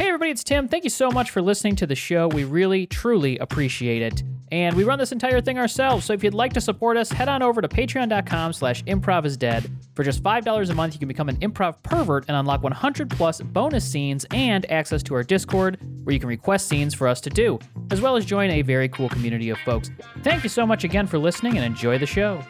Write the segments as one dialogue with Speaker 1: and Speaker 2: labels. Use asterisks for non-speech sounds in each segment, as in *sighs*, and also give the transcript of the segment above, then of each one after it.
Speaker 1: everybody, it's Tim. Thank you so much for listening to the show. We really, truly appreciate it. And we run this entire thing ourselves, so if you'd like to support us, head on over to patreon.com slash improv is dead. For just $5 a month, you can become an improv pervert and unlock 100 plus bonus scenes and access to our Discord, where you can request scenes for us to do, as well as join a very cool community of folks. Thank you so much again for listening and enjoy the show.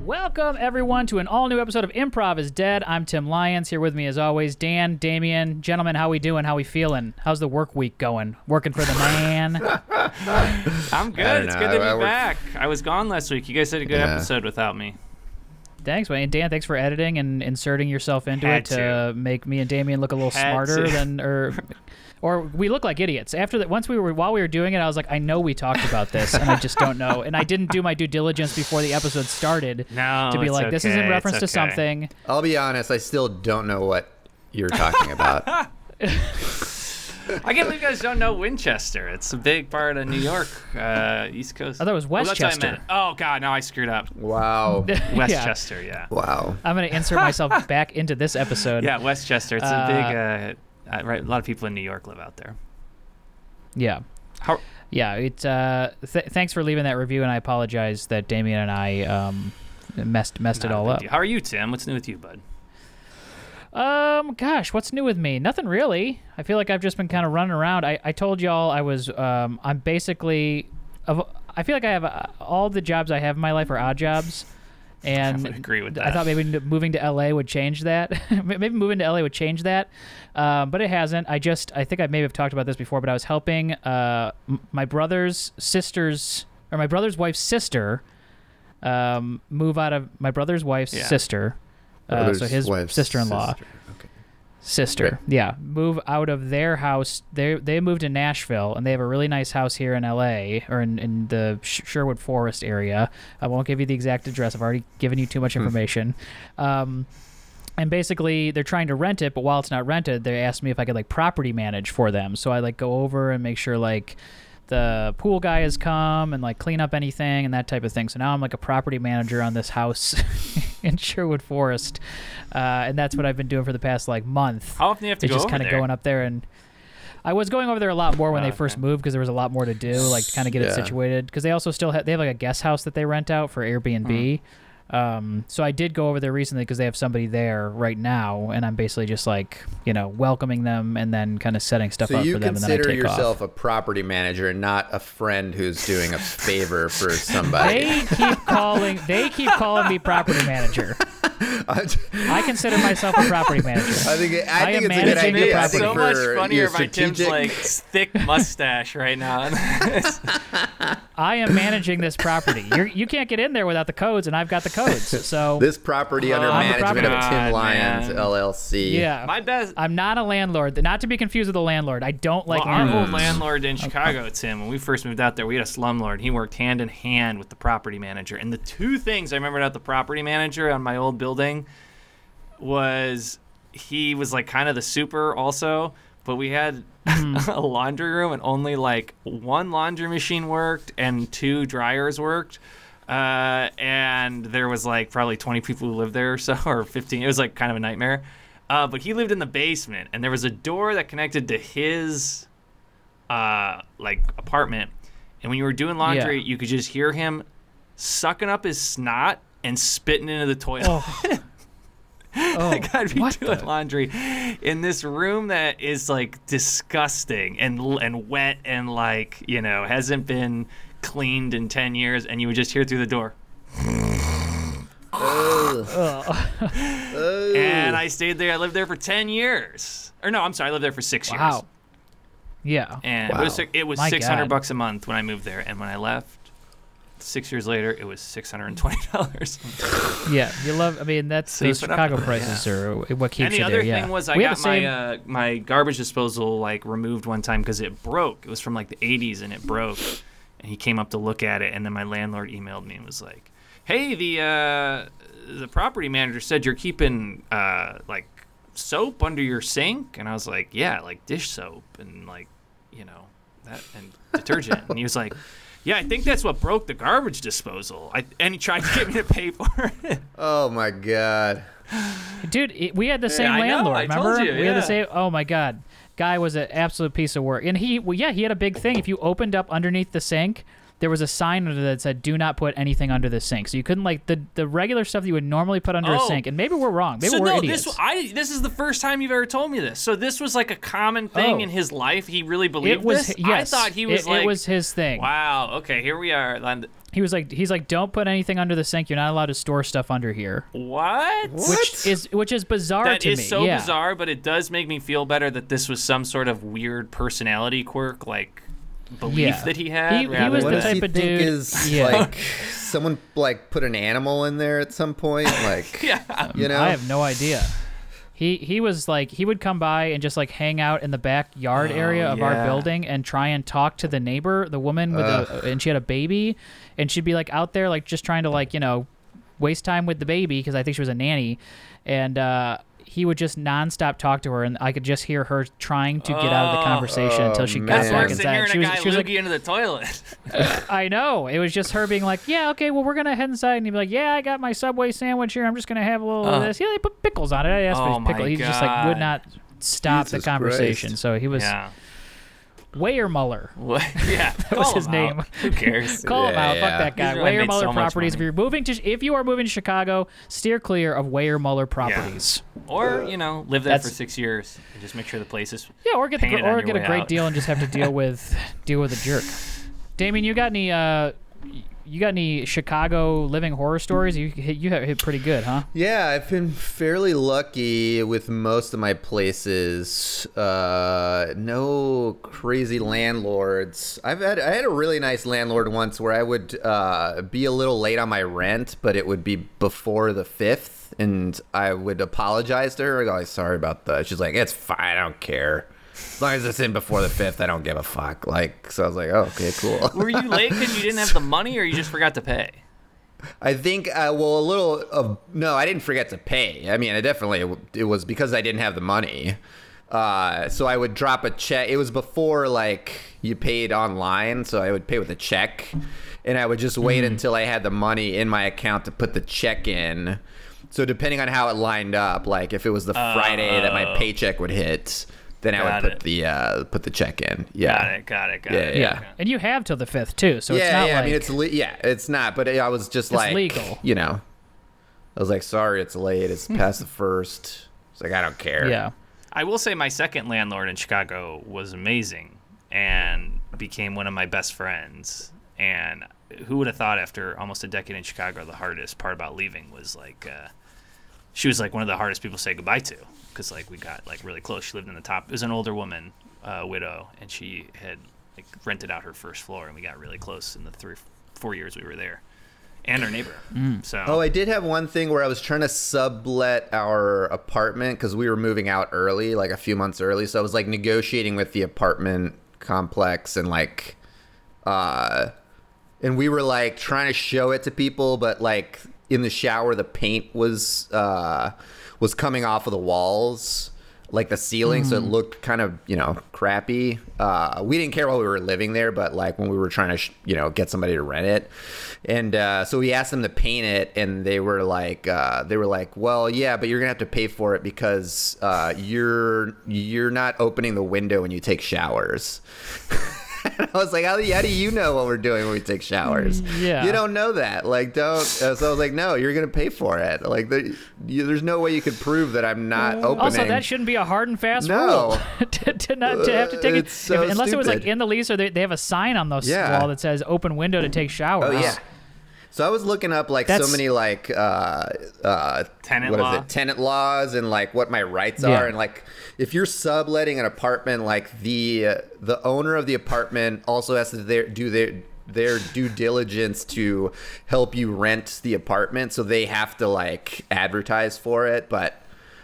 Speaker 1: Welcome, everyone, to an all new episode of Improv is Dead. I'm Tim Lyons. Here with me, as always, Dan, Damien. Gentlemen, how we doing? How we feeling? How's the work week going? Working for the man?
Speaker 2: *laughs* I'm
Speaker 3: don't
Speaker 2: good. It's
Speaker 3: know.
Speaker 2: good to be
Speaker 3: I- I work-
Speaker 2: back. I was gone last week. You guys had a good
Speaker 3: Yeah.
Speaker 2: episode without me.
Speaker 1: thanks, man. Dan, thanks for editing and inserting yourself into
Speaker 2: Had
Speaker 1: it to, make me and Damien look a little
Speaker 2: Had
Speaker 1: smarter
Speaker 2: to.
Speaker 1: than, or, or we look like idiots. After that, once we were while we were doing it, I was like, I know we talked about this, and I just don't know, and I didn't do my due diligence before the episode started.
Speaker 2: *laughs* No,
Speaker 1: to be
Speaker 2: it's
Speaker 1: like, this is
Speaker 2: okay,
Speaker 1: in
Speaker 2: it's
Speaker 1: reference to
Speaker 2: okay.
Speaker 1: something. *laughs*
Speaker 3: I'll be honest, I still don't know what you're talking
Speaker 1: *laughs*
Speaker 3: about.
Speaker 2: I can't believe you guys don't know Winchester. It's a big part of New York, uh, East Coast.
Speaker 1: I thought it was
Speaker 2: Well, that's what I meant.
Speaker 1: Westchester.
Speaker 2: oh God, now I screwed up.
Speaker 3: wow.
Speaker 1: *laughs* Yeah.
Speaker 2: Westchester, yeah, yeah,
Speaker 3: Wow.
Speaker 1: I'm gonna insert myself back into this
Speaker 2: *laughs*
Speaker 1: episode.
Speaker 2: Westchester. It's
Speaker 1: Uh,
Speaker 2: a big. Uh, uh, right, a lot of people in New York live out there.
Speaker 1: Yeah.
Speaker 2: How,
Speaker 1: Yeah. It's uh. Th- thanks for leaving that review, and I apologize that Damien and I um messed messed it
Speaker 2: not a
Speaker 1: all
Speaker 2: big
Speaker 1: up.
Speaker 2: deal. uh, How are you, Tim? What's new with you, bud?
Speaker 1: Um, gosh, what's new with me? Nothing really. I feel like I've just been kind of running around. I, I told y'all I was um I'm basically of I feel like I have uh, all the jobs I have in my life are odd
Speaker 2: *laughs*
Speaker 1: jobs. And
Speaker 2: would agree with
Speaker 1: I
Speaker 2: that.
Speaker 1: thought maybe n- moving to LA would change that. *laughs* maybe moving to LA would change that, um, but it hasn't. I just I think I maybe have talked about this before, but I was helping uh, m- my brother's sister's or my brother's wife's sister um, move out of my brother's wife's
Speaker 2: Yeah.
Speaker 1: sister. Uh,
Speaker 3: Brother's
Speaker 1: so his
Speaker 3: wife's
Speaker 1: sister-in-law
Speaker 3: sister. Okay.
Speaker 1: sister.
Speaker 3: Right.
Speaker 1: Yeah, move out of their house. They they moved to Nashville, and they have a really nice house here in L.A. or in, in the Sh- Sherwood Forest area. I won't give you the exact address. I've already given you too much information. um, and basically, they're trying to rent it, but while it's not rented, they asked me if I could like property manage for them. So I like go over and make sure like the pool guy has come and like clean up anything and that type of thing. So now I'm like a property manager on this house *laughs* in Sherwood Forest, uh, and that's what I've been doing for the past like month.
Speaker 2: How often do you have to
Speaker 1: it's
Speaker 2: go
Speaker 1: just
Speaker 2: over
Speaker 1: kind of
Speaker 2: there?
Speaker 1: going up there and. I was going over there a lot more when
Speaker 2: Oh,
Speaker 1: they first
Speaker 2: okay.
Speaker 1: moved because there was a lot more to do, like to kind of get it
Speaker 3: Yeah.
Speaker 1: situated. Because they also still have they have like a guest house that they rent out for Airbnb.
Speaker 2: Hmm.
Speaker 1: Um, so I did go over there recently because they have somebody there right now, and I'm basically just like you know welcoming them and then kind of setting stuff
Speaker 3: So
Speaker 1: up
Speaker 3: you
Speaker 1: for them. and then I
Speaker 3: consider
Speaker 1: take off.
Speaker 3: yourself a property manager and not a friend who's doing a favor
Speaker 1: *laughs*
Speaker 3: for somebody.
Speaker 1: They keep calling. They keep calling me property manager.
Speaker 3: *laughs* I think
Speaker 1: I consider myself a property
Speaker 3: *laughs*
Speaker 1: manager.
Speaker 3: I think
Speaker 1: I am
Speaker 3: it's a good
Speaker 1: managing
Speaker 3: idea.
Speaker 1: your
Speaker 3: I
Speaker 1: property.
Speaker 3: think
Speaker 2: so
Speaker 3: for
Speaker 2: much
Speaker 3: your
Speaker 2: funnier by Tim's
Speaker 3: strategic-
Speaker 2: like
Speaker 1: *laughs*
Speaker 2: thick mustache right now.
Speaker 1: I am managing this property. You're, you can't get in there without the codes, and I've got the codes. So
Speaker 3: this property under
Speaker 2: Oh,
Speaker 1: I'm a
Speaker 3: management of
Speaker 2: property- God,
Speaker 3: Tim Lyons
Speaker 2: man.
Speaker 3: LLC.
Speaker 1: yeah,
Speaker 2: My best.
Speaker 1: I'm not a landlord. Not to be confused with a landlord. I don't like
Speaker 2: well, our
Speaker 1: landlords.
Speaker 2: old landlord in Chicago, Tim, when we first moved out there, we had a slumlord. He worked hand in hand with the property manager. And the two things I remember about the property manager on my old building was he was like kind of the super also, but we had
Speaker 1: Mm-hmm.
Speaker 2: *laughs* a laundry room and only like one laundry machine worked and two dryers worked. Uh, and there was like probably 20 people who lived there or so, *laughs* or 15. It was like kind of a nightmare. Uh, but he lived in the basement, and there was a door that connected to his uh, like apartment. And when you were doing laundry,
Speaker 1: Yeah.
Speaker 2: you could just hear him sucking up his snot and spitting into the toilet.
Speaker 1: Oh. Oh,
Speaker 2: *laughs* like I'd be
Speaker 1: what
Speaker 2: doing
Speaker 1: the-
Speaker 2: laundry in this room that is like disgusting and l- and wet and like you know hasn't been cleaned in ten years, and you would just hear through the door. *laughs* And I stayed there. I lived there for ten years, or no, I'm sorry, I lived there for six years.
Speaker 1: wow. Yeah.
Speaker 2: And it was,
Speaker 3: Wow.
Speaker 2: it was
Speaker 1: My
Speaker 2: six hundred
Speaker 1: God.
Speaker 2: bucks a month when I moved there, and when I left, Six years later, it was six hundred and twenty dollars.
Speaker 1: Yeah, you love. I mean, that's
Speaker 2: So you
Speaker 1: those
Speaker 2: put up
Speaker 1: Chicago
Speaker 2: with it,
Speaker 1: prices are what keeps
Speaker 2: and the
Speaker 1: you
Speaker 2: other
Speaker 1: there.
Speaker 2: thing
Speaker 1: yeah,
Speaker 2: was I
Speaker 1: we have
Speaker 2: got
Speaker 1: the same.
Speaker 2: my uh, my garbage disposal like removed one time because it broke. It was from like the 80s and it broke. And he came up to look at it, and then my landlord emailed me and was like, "Hey, the uh, the property manager said you're keeping uh, like soap under your sink," and I was like, "Yeah, like dish soap and like you know that and detergent." and he was like. Yeah, I think that's what broke the garbage disposal. I, and he tried to get me to pay for it.
Speaker 3: Oh my god.
Speaker 1: Dude, it, we had the same
Speaker 2: I know,
Speaker 1: landlord.
Speaker 2: I told
Speaker 1: remember?
Speaker 2: you,
Speaker 1: we had
Speaker 2: yeah.
Speaker 1: the same. Oh my god, guy was an absolute piece of work. And he, well, yeah, he had a big thing. If you opened up underneath the sink, there was a sign under that said, "Do not put anything under the sink." So you couldn't like the the regular stuff that you would normally put under a
Speaker 2: Oh.
Speaker 1: sink. And maybe we're wrong. Maybe
Speaker 2: so
Speaker 1: we're
Speaker 2: no,
Speaker 1: idiots.
Speaker 2: this I this is the first time you've ever told me this. So this was like a common thing
Speaker 1: Oh.
Speaker 2: in his life. He really believed
Speaker 1: it was
Speaker 2: this.
Speaker 1: yes.
Speaker 2: I thought he was
Speaker 1: it,
Speaker 2: like,
Speaker 1: it was his thing.
Speaker 2: wow, okay, here we are. And-
Speaker 1: He was like he's like don't put anything under the sink. You're not allowed to store stuff under here.
Speaker 2: What?
Speaker 1: Which is which is bizarre
Speaker 2: That
Speaker 1: to
Speaker 2: is
Speaker 1: me.
Speaker 2: so
Speaker 1: yeah.
Speaker 2: bizarre, but it does make me feel better that this was some sort of weird personality quirk, like belief
Speaker 1: Yeah.
Speaker 2: that he had.
Speaker 1: He- he
Speaker 2: rather
Speaker 1: was the
Speaker 3: What
Speaker 2: than-
Speaker 3: does he
Speaker 1: type of
Speaker 3: think
Speaker 1: dude-
Speaker 3: is
Speaker 1: yeah.
Speaker 3: like someone like put an animal in there at some point?
Speaker 1: *laughs*
Speaker 3: Like
Speaker 2: yeah.
Speaker 3: you know?
Speaker 1: I have no idea. He he was like he would come by and just like hang out in the backyard area of our
Speaker 2: Oh, yeah.
Speaker 1: building and try and talk to the neighbor, the woman with a and she had a baby, and she'd be like out there like just trying to like you know waste time with the baby because I think she was a nanny, and uh, he would just nonstop talk to her and I could just hear her trying to get out of the conversation until she got
Speaker 2: That's
Speaker 3: man.
Speaker 1: back
Speaker 2: worse
Speaker 1: inside.
Speaker 2: than Oh. hearing
Speaker 1: she
Speaker 2: a
Speaker 1: was
Speaker 2: guy
Speaker 1: she was like
Speaker 2: loogie into
Speaker 1: *laughs*
Speaker 2: the toilet.
Speaker 1: I know. It was just her being like, "Yeah, okay, well, we're gonna head inside," and he'd be like, "Yeah, I got my Subway sandwich here. I'm just gonna have a little of this." Yeah, they put pickles on it. I asked
Speaker 2: Uh. Oh
Speaker 1: for
Speaker 2: my
Speaker 1: pickle. He just like would
Speaker 2: God.
Speaker 1: not stop
Speaker 3: Jesus
Speaker 1: the conversation.
Speaker 3: Christ.
Speaker 1: So he was
Speaker 2: yeah.
Speaker 1: Weyer Muller.
Speaker 2: What? *laughs*
Speaker 1: *laughs*
Speaker 2: Yeah. That
Speaker 1: was his name.
Speaker 2: Who cares?
Speaker 1: *laughs* Call him
Speaker 3: Yeah,
Speaker 1: out.
Speaker 3: yeah.
Speaker 1: Fuck that
Speaker 2: These
Speaker 1: guy.
Speaker 2: are why I
Speaker 1: Weyer
Speaker 2: made
Speaker 1: Muller
Speaker 2: so much
Speaker 1: properties. If
Speaker 2: money.
Speaker 1: you're moving to, if you are moving to Chicago, steer clear of Weyer Muller properties.
Speaker 2: Or you know, live there for
Speaker 1: That's-
Speaker 2: six years and just make sure the place is.
Speaker 1: Yeah, or get the,
Speaker 2: Paint
Speaker 1: gr-
Speaker 2: it on
Speaker 1: or
Speaker 2: your
Speaker 1: get a
Speaker 2: way
Speaker 1: great
Speaker 2: out.
Speaker 1: deal and just have to
Speaker 2: *laughs*
Speaker 1: deal with deal with a jerk. Damien, you got any? uh y- you got any Chicago living horror stories? You hit, you hit pretty good, huh?
Speaker 3: Yeah, I've been fairly lucky with most of my places. Uh, no crazy landlords. I've had I had a really nice landlord once where I would uh, be a little late on my rent, but it would be before the fifth, and I would apologize to her. I go, "I'm sorry about that. She's like, "It's fine. I don't care." As long as it's in before the fifth, I don't give a fuck. Like, so I was like, oh, okay, cool.
Speaker 2: Were you late because you didn't have the money, or you just forgot to pay?
Speaker 3: I think uh, well a little of no I didn't forget to pay. I mean I definitely it was because I didn't have the money. Uh, so I would drop a check. It was before like you paid online, so I would pay with a check, and I would just wait
Speaker 2: Hmm.
Speaker 3: until I had the money in my account to put the check in. So depending on how it lined up, like if it was the Friday that my paycheck would hit, then I
Speaker 2: Uh, Got
Speaker 3: would put
Speaker 2: it.
Speaker 3: the uh, put the check in. Yeah.
Speaker 2: Got it. Got it. Got
Speaker 3: Yeah,
Speaker 2: it.
Speaker 3: yeah.
Speaker 1: And you have till the fifth too, so
Speaker 3: yeah,
Speaker 1: it's not
Speaker 3: yeah.
Speaker 1: like
Speaker 3: I mean, it's le- yeah, it's not. But I was just like,
Speaker 1: legal.
Speaker 3: you know, I was like, sorry, it's
Speaker 1: *laughs*
Speaker 3: late. It's past the first. It's like I don't care.
Speaker 1: yeah.
Speaker 2: I will say my second landlord in Chicago was amazing and became one of my best friends. And who would have thought after almost a decade in Chicago, the hardest part about leaving was like, uh, she was like one of the hardest people to say goodbye to because like we got like really close. She lived in the top. It was an older woman, uh, widow, and she had like rented out her first floor, and we got really close in the three, four years we were there, and our neighbor. So
Speaker 3: Oh, I did have one thing where I was trying to sublet our apartment because we were moving out early, like a few months early. So I was like negotiating with the apartment complex and like, uh, and we were like trying to show it to people, but like in the shower, the paint was uh, was coming off of the walls, like the ceiling, so it looked kind of you know crappy. Uh, we didn't care while we were living there, but like when we were trying to sh- you know get somebody to rent it, and uh, so we asked them to paint it, and they were like uh, they were like, well, yeah, but you're gonna have to pay for it because uh, you're you're not opening the window when you take showers. I was like, how do, how do you know what we're doing when we take showers?
Speaker 1: Yeah.
Speaker 3: You don't know that. Like, don't. Uh, so I was like, no, you're going to pay for it. Like, there, you, there's no way you could prove that I'm not opening.
Speaker 1: Also, that shouldn't be a hard and fast
Speaker 3: No.
Speaker 1: rule *laughs* to, to not to have to take it
Speaker 3: It's so
Speaker 1: if- unless it was like
Speaker 3: stupid.
Speaker 1: in the lease or they, they have a sign on the s-
Speaker 3: Yeah.
Speaker 1: wall that says "open window to take shower."
Speaker 3: oh, yeah. So I was looking up like so
Speaker 1: That's-
Speaker 3: many like uh, uh,
Speaker 2: Tenant
Speaker 3: what is
Speaker 2: law.
Speaker 3: it tenant laws and like what my rights
Speaker 1: Yeah.
Speaker 3: are and like if you're subletting an apartment like the the owner of the apartment also has to their, do their their due diligence to help you rent the apartment, so they have to like advertise for it, but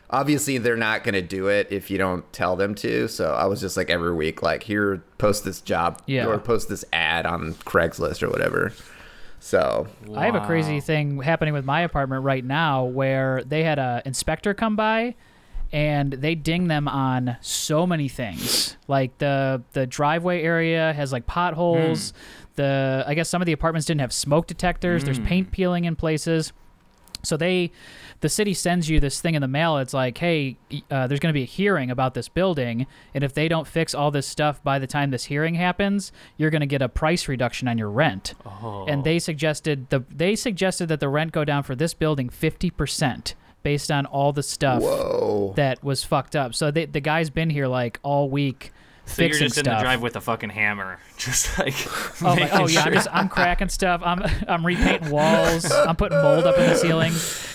Speaker 3: obviously they're not going to do it if you don't tell them to. So I was just like every week like here post this job
Speaker 1: Yeah.
Speaker 3: or post this ad on Craigslist or whatever. So,
Speaker 1: I have a crazy thing happening with my apartment right now where they had a inspector come by and they ding them on so many things. Like the the driveway area has like potholes. The I guess some of the apartments didn't have smoke detectors. There's paint peeling in places. So they, the city sends you this thing in the mail. It's like, hey, y- uh, there's going to be a hearing about this building, and if they don't fix all this stuff by the time this hearing happens, you're going to get a price reduction on your rent. And they suggested the they suggested that the rent go down for this building fifty percent based on all the stuff
Speaker 3: whoa.
Speaker 1: that was fucked up. So they, the guy's been here like all week.
Speaker 2: So you're
Speaker 1: fixing
Speaker 2: just in the
Speaker 1: stuff.
Speaker 2: drive with a fucking hammer, *laughs* just like
Speaker 1: Oh, my,
Speaker 2: making
Speaker 1: oh yeah, I'm
Speaker 2: sure-
Speaker 1: just
Speaker 2: *laughs*
Speaker 1: I'm cracking stuff. I'm I'm repainting walls. I'm putting mold up in the ceiling.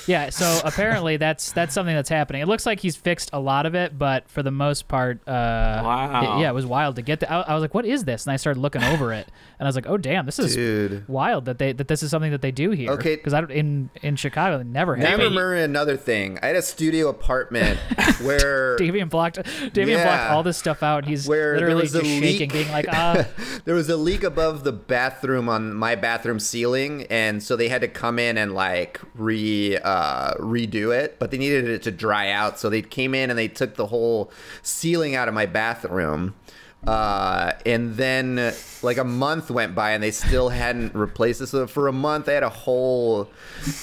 Speaker 1: Yeah, so apparently that's that's something that's happening. It looks like he's fixed a lot of it, but for the most part, uh,
Speaker 2: Wow.
Speaker 1: it- yeah, it was wild to get. The, I, I was like, what is this? And I started looking over it, and I was like, oh damn, this is
Speaker 3: Dude.
Speaker 1: wild that they that this is something that they do here.
Speaker 3: Okay.
Speaker 1: because I don't in in Chicago they never
Speaker 3: Now I
Speaker 1: had. it.
Speaker 3: remember another thing. I had a studio apartment
Speaker 1: *laughs*
Speaker 3: where
Speaker 1: Davian blocked Davian blocked
Speaker 3: Yeah.
Speaker 1: all this stuff out, and he's
Speaker 3: Where there
Speaker 1: literally
Speaker 3: was
Speaker 1: just
Speaker 3: a
Speaker 1: shaking,
Speaker 3: leak.
Speaker 1: being like,
Speaker 3: *laughs*
Speaker 1: uh,
Speaker 3: there was a leak above the bathroom on my bathroom ceiling and so they had to come in and like re uh, redo it but they needed it to dry out so they came in and they took the whole ceiling out of my bathroom uh, and then like a month went by and they still hadn't replaced it so for a month i had a whole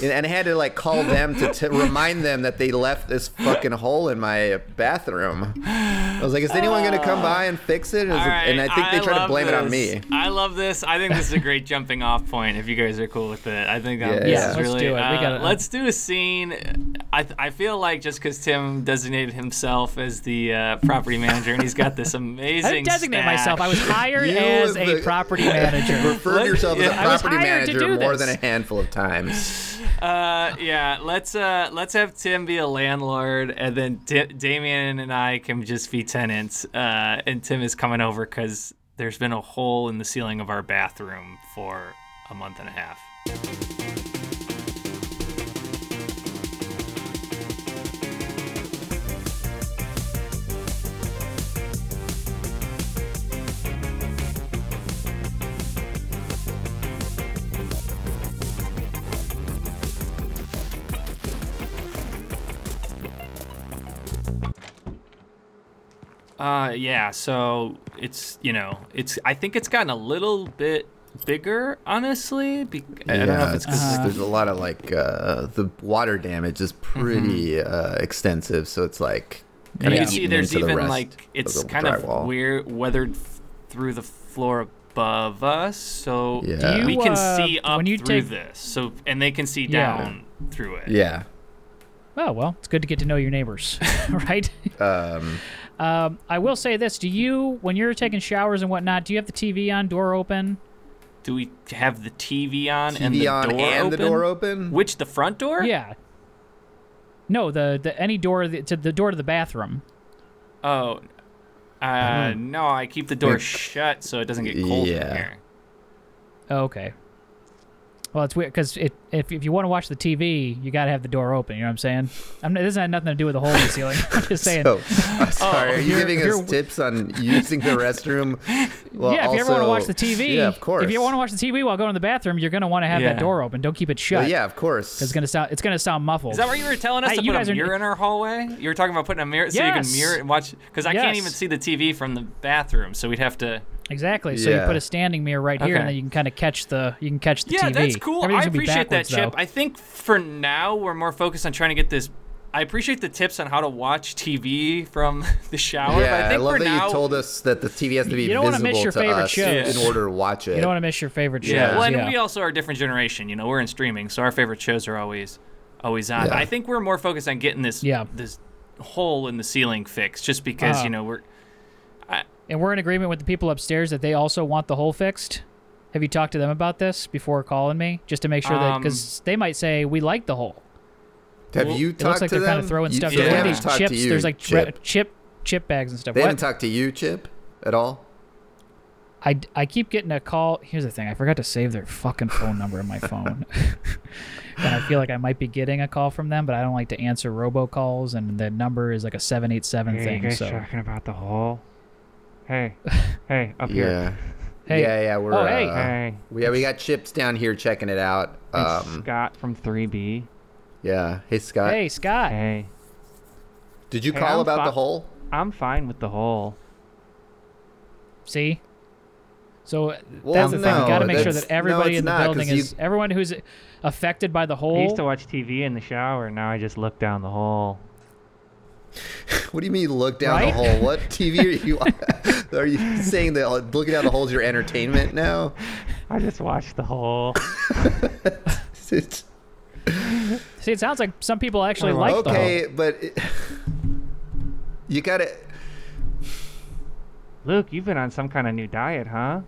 Speaker 3: and, and i had to like call them to t- remind them that they left this fucking hole in my bathroom i was like is anyone gonna come by and fix it
Speaker 2: All right,
Speaker 3: and I think they try to
Speaker 2: love
Speaker 3: blame it on
Speaker 2: this.
Speaker 3: me.
Speaker 2: I love this. I think this is a great jumping off point. If you guys are cool with it, I think that
Speaker 3: Yeah.
Speaker 2: this
Speaker 3: Yeah,
Speaker 2: is
Speaker 1: let's
Speaker 2: really.
Speaker 1: do it. We
Speaker 2: uh,
Speaker 1: gotta-
Speaker 2: let's do a scene. I I feel like just because Tim designated himself as the uh, property manager and he's
Speaker 1: *laughs*
Speaker 2: got this amazing.
Speaker 1: I didn't designate
Speaker 2: stash.
Speaker 1: myself. I was hired
Speaker 3: You
Speaker 1: as
Speaker 3: the-
Speaker 1: a
Speaker 3: *laughs*
Speaker 1: property manager.
Speaker 3: Refer to
Speaker 2: Let-
Speaker 3: yourself as a
Speaker 2: yeah, I
Speaker 1: was
Speaker 3: property
Speaker 1: hired to
Speaker 3: manager
Speaker 1: do
Speaker 3: more
Speaker 1: this.
Speaker 3: than a handful of times.
Speaker 2: Uh, yeah, let's uh, let's have Tim be a landlord, and then D- Damien and I can just be tenants. Uh, and Tim is coming over because there's been a hole in the ceiling of our bathroom for a month and a half. Uh, yeah. So it's you know it's I think it's gotten a little bit bigger, honestly. Be- I don't know if it's 'cause-
Speaker 3: uh, there's a lot of like uh, the water damage is pretty uh, extensive, so it's like
Speaker 2: Mm-hmm. And
Speaker 3: kinda
Speaker 2: you can
Speaker 3: eaten
Speaker 2: see there's
Speaker 3: into the
Speaker 2: even
Speaker 3: rest
Speaker 2: like it's
Speaker 3: the
Speaker 2: kind
Speaker 3: drywall.
Speaker 2: of weird weathered f- through the floor above us, so
Speaker 3: Yeah. Do you,
Speaker 2: we can
Speaker 1: uh,
Speaker 2: see up
Speaker 1: when you
Speaker 2: through
Speaker 1: take-
Speaker 2: this. So and they can see
Speaker 1: Yeah.
Speaker 2: down through it.
Speaker 3: Yeah.
Speaker 1: Oh well, it's good to get to know your neighbors, *laughs* right?
Speaker 3: Um,
Speaker 1: Um, I will say this: Do you, when you're taking showers and whatnot, do you have the TV on, door open?
Speaker 2: Do we have the TV on and the
Speaker 3: TV on
Speaker 2: door
Speaker 3: and
Speaker 2: open?
Speaker 3: the door open.
Speaker 2: Which the front door?
Speaker 1: Yeah. No, the, the any door that- to the door to the bathroom.
Speaker 2: Oh. Uh,
Speaker 1: Hmm.
Speaker 2: no, I keep the door
Speaker 3: Think-
Speaker 2: shut so it doesn't get cold in
Speaker 3: Yeah.
Speaker 2: here.
Speaker 1: Oh, okay. Well, it's weird because it, if, if you want to watch the TV, you got to have the door open. You know what I'm saying? I'm, this has nothing to do with the hole in the ceiling. *laughs* I'm just saying.
Speaker 3: *laughs* So,
Speaker 2: Oh,
Speaker 3: I'm sorry, are you
Speaker 1: you're-
Speaker 3: giving
Speaker 1: you're-
Speaker 3: us tips on using the restroom?
Speaker 2: *laughs*
Speaker 3: Well,
Speaker 1: yeah, if you ever want to
Speaker 3: also-
Speaker 1: watch the TV,
Speaker 3: yeah, of course.
Speaker 1: If you want to watch the TV while going to the bathroom, you're gonna want to have
Speaker 2: Yeah.
Speaker 1: that door open. Don't keep it shut.
Speaker 3: Well, yeah, of course.
Speaker 1: it's gonna sound it's gonna sound muffled.
Speaker 2: Is that what you were telling us
Speaker 1: Hey,
Speaker 2: to
Speaker 1: you
Speaker 2: put
Speaker 1: guys
Speaker 2: a
Speaker 1: are-
Speaker 2: mirror in our hallway? You were talking about putting a mirror so you can
Speaker 1: Yes.
Speaker 2: mirror it and watch because I can't
Speaker 1: Yes.
Speaker 2: even see the TV from the bathroom, so we'd have to
Speaker 1: exactly. So you
Speaker 3: Yeah.
Speaker 1: put a standing mirror right here,
Speaker 2: Okay.
Speaker 1: and then you can kind of catch the you can catch the
Speaker 2: Yeah,
Speaker 1: TV.
Speaker 2: that's cool. I
Speaker 1: Everything's gonna be
Speaker 2: appreciate
Speaker 1: backwards,
Speaker 2: that, Chip.
Speaker 1: though.
Speaker 2: I think for now we're more focused on trying to get this. I appreciate the tips on how to watch TV from *laughs* the shower.
Speaker 3: yeah,
Speaker 2: but I think
Speaker 3: love
Speaker 2: for
Speaker 3: that
Speaker 2: now,
Speaker 3: you told us that the TV has to be
Speaker 1: You don't wanna miss
Speaker 3: visible
Speaker 1: your
Speaker 3: to
Speaker 1: favorite
Speaker 3: us
Speaker 1: shows.
Speaker 3: in order to watch it.
Speaker 1: you don't want to miss your favorite shows.
Speaker 2: Yeah. Well, and
Speaker 1: yeah.
Speaker 2: we also are a different generation. You know, we're in streaming, so our favorite shows are always, always on.
Speaker 3: Yeah.
Speaker 2: I think we're more focused on getting this,
Speaker 1: Yeah.
Speaker 2: this hole in the ceiling fixed, just because
Speaker 1: Uh-huh.
Speaker 2: you know we're.
Speaker 1: and we're in agreement with the people upstairs that they also want the hole fixed. Have you talked to them about this before calling me, just to make sure
Speaker 2: Um,
Speaker 1: that because they might say we like the hole.
Speaker 3: Have
Speaker 2: Well,
Speaker 3: you
Speaker 1: It looks
Speaker 3: talked
Speaker 1: like
Speaker 3: to
Speaker 1: they're kind
Speaker 3: them?
Speaker 1: of throwing
Speaker 3: You-
Speaker 1: stuff.
Speaker 3: so
Speaker 2: Yeah.
Speaker 1: They
Speaker 3: They
Speaker 1: have
Speaker 3: haven't
Speaker 1: these
Speaker 3: talked
Speaker 1: chips.
Speaker 3: to you,
Speaker 1: There's like
Speaker 3: Chip.
Speaker 1: chip chip bags and stuff.
Speaker 3: They
Speaker 1: What?
Speaker 3: haven't talked to you, Chip, at all.
Speaker 1: I, I keep getting a call. Here's the thing I forgot to save their fucking phone number in my
Speaker 3: *laughs*
Speaker 1: phone. *laughs* and I feel like I might be getting a call from them, but I don't like to answer robocalls, and the number is like a 787
Speaker 4: Hey, you
Speaker 1: thing.
Speaker 4: guys
Speaker 1: So,
Speaker 4: talking about the hole?
Speaker 1: *laughs*
Speaker 4: Hey, hey, up here.
Speaker 3: Yeah.
Speaker 1: Hey.
Speaker 3: Yeah, yeah, we're
Speaker 1: Oh, hey.
Speaker 3: uh,
Speaker 4: Hey,
Speaker 3: yeah, we got chips down here checking it out.
Speaker 4: it's
Speaker 3: Um,
Speaker 4: Scott from 3B.
Speaker 3: yeah. Hey Scott,
Speaker 1: hey, Scott.
Speaker 4: Hey,
Speaker 3: did you
Speaker 4: Hey,
Speaker 3: call
Speaker 4: I'm
Speaker 3: about
Speaker 4: fi-
Speaker 3: the hole? *laughs*
Speaker 4: I'm fine with the hole.
Speaker 1: See? So uh,
Speaker 3: Well,
Speaker 1: that's the thing.
Speaker 3: no,
Speaker 1: We got to make sure
Speaker 3: that's-
Speaker 1: that
Speaker 3: no,
Speaker 1: everybody
Speaker 3: it's
Speaker 1: in the
Speaker 3: not,
Speaker 1: building
Speaker 3: 'cause
Speaker 1: is
Speaker 3: you-
Speaker 1: everyone who's affected by the
Speaker 4: I
Speaker 1: whole.
Speaker 4: used to watch TV in the shower, and now I just look down the hole.
Speaker 3: What do you mean look down the
Speaker 1: Right?
Speaker 3: hole? What
Speaker 1: *laughs*
Speaker 3: TV are you on? *laughs* Are you saying that looking down the hole is your entertainment now? *laughs*
Speaker 4: I just watched the hole.
Speaker 3: It's-
Speaker 1: See, it sounds like some people actually
Speaker 4: Oh,
Speaker 1: like
Speaker 3: okay, but it- *laughs* you got to
Speaker 4: Luke, you've been on some kind of new diet, huh?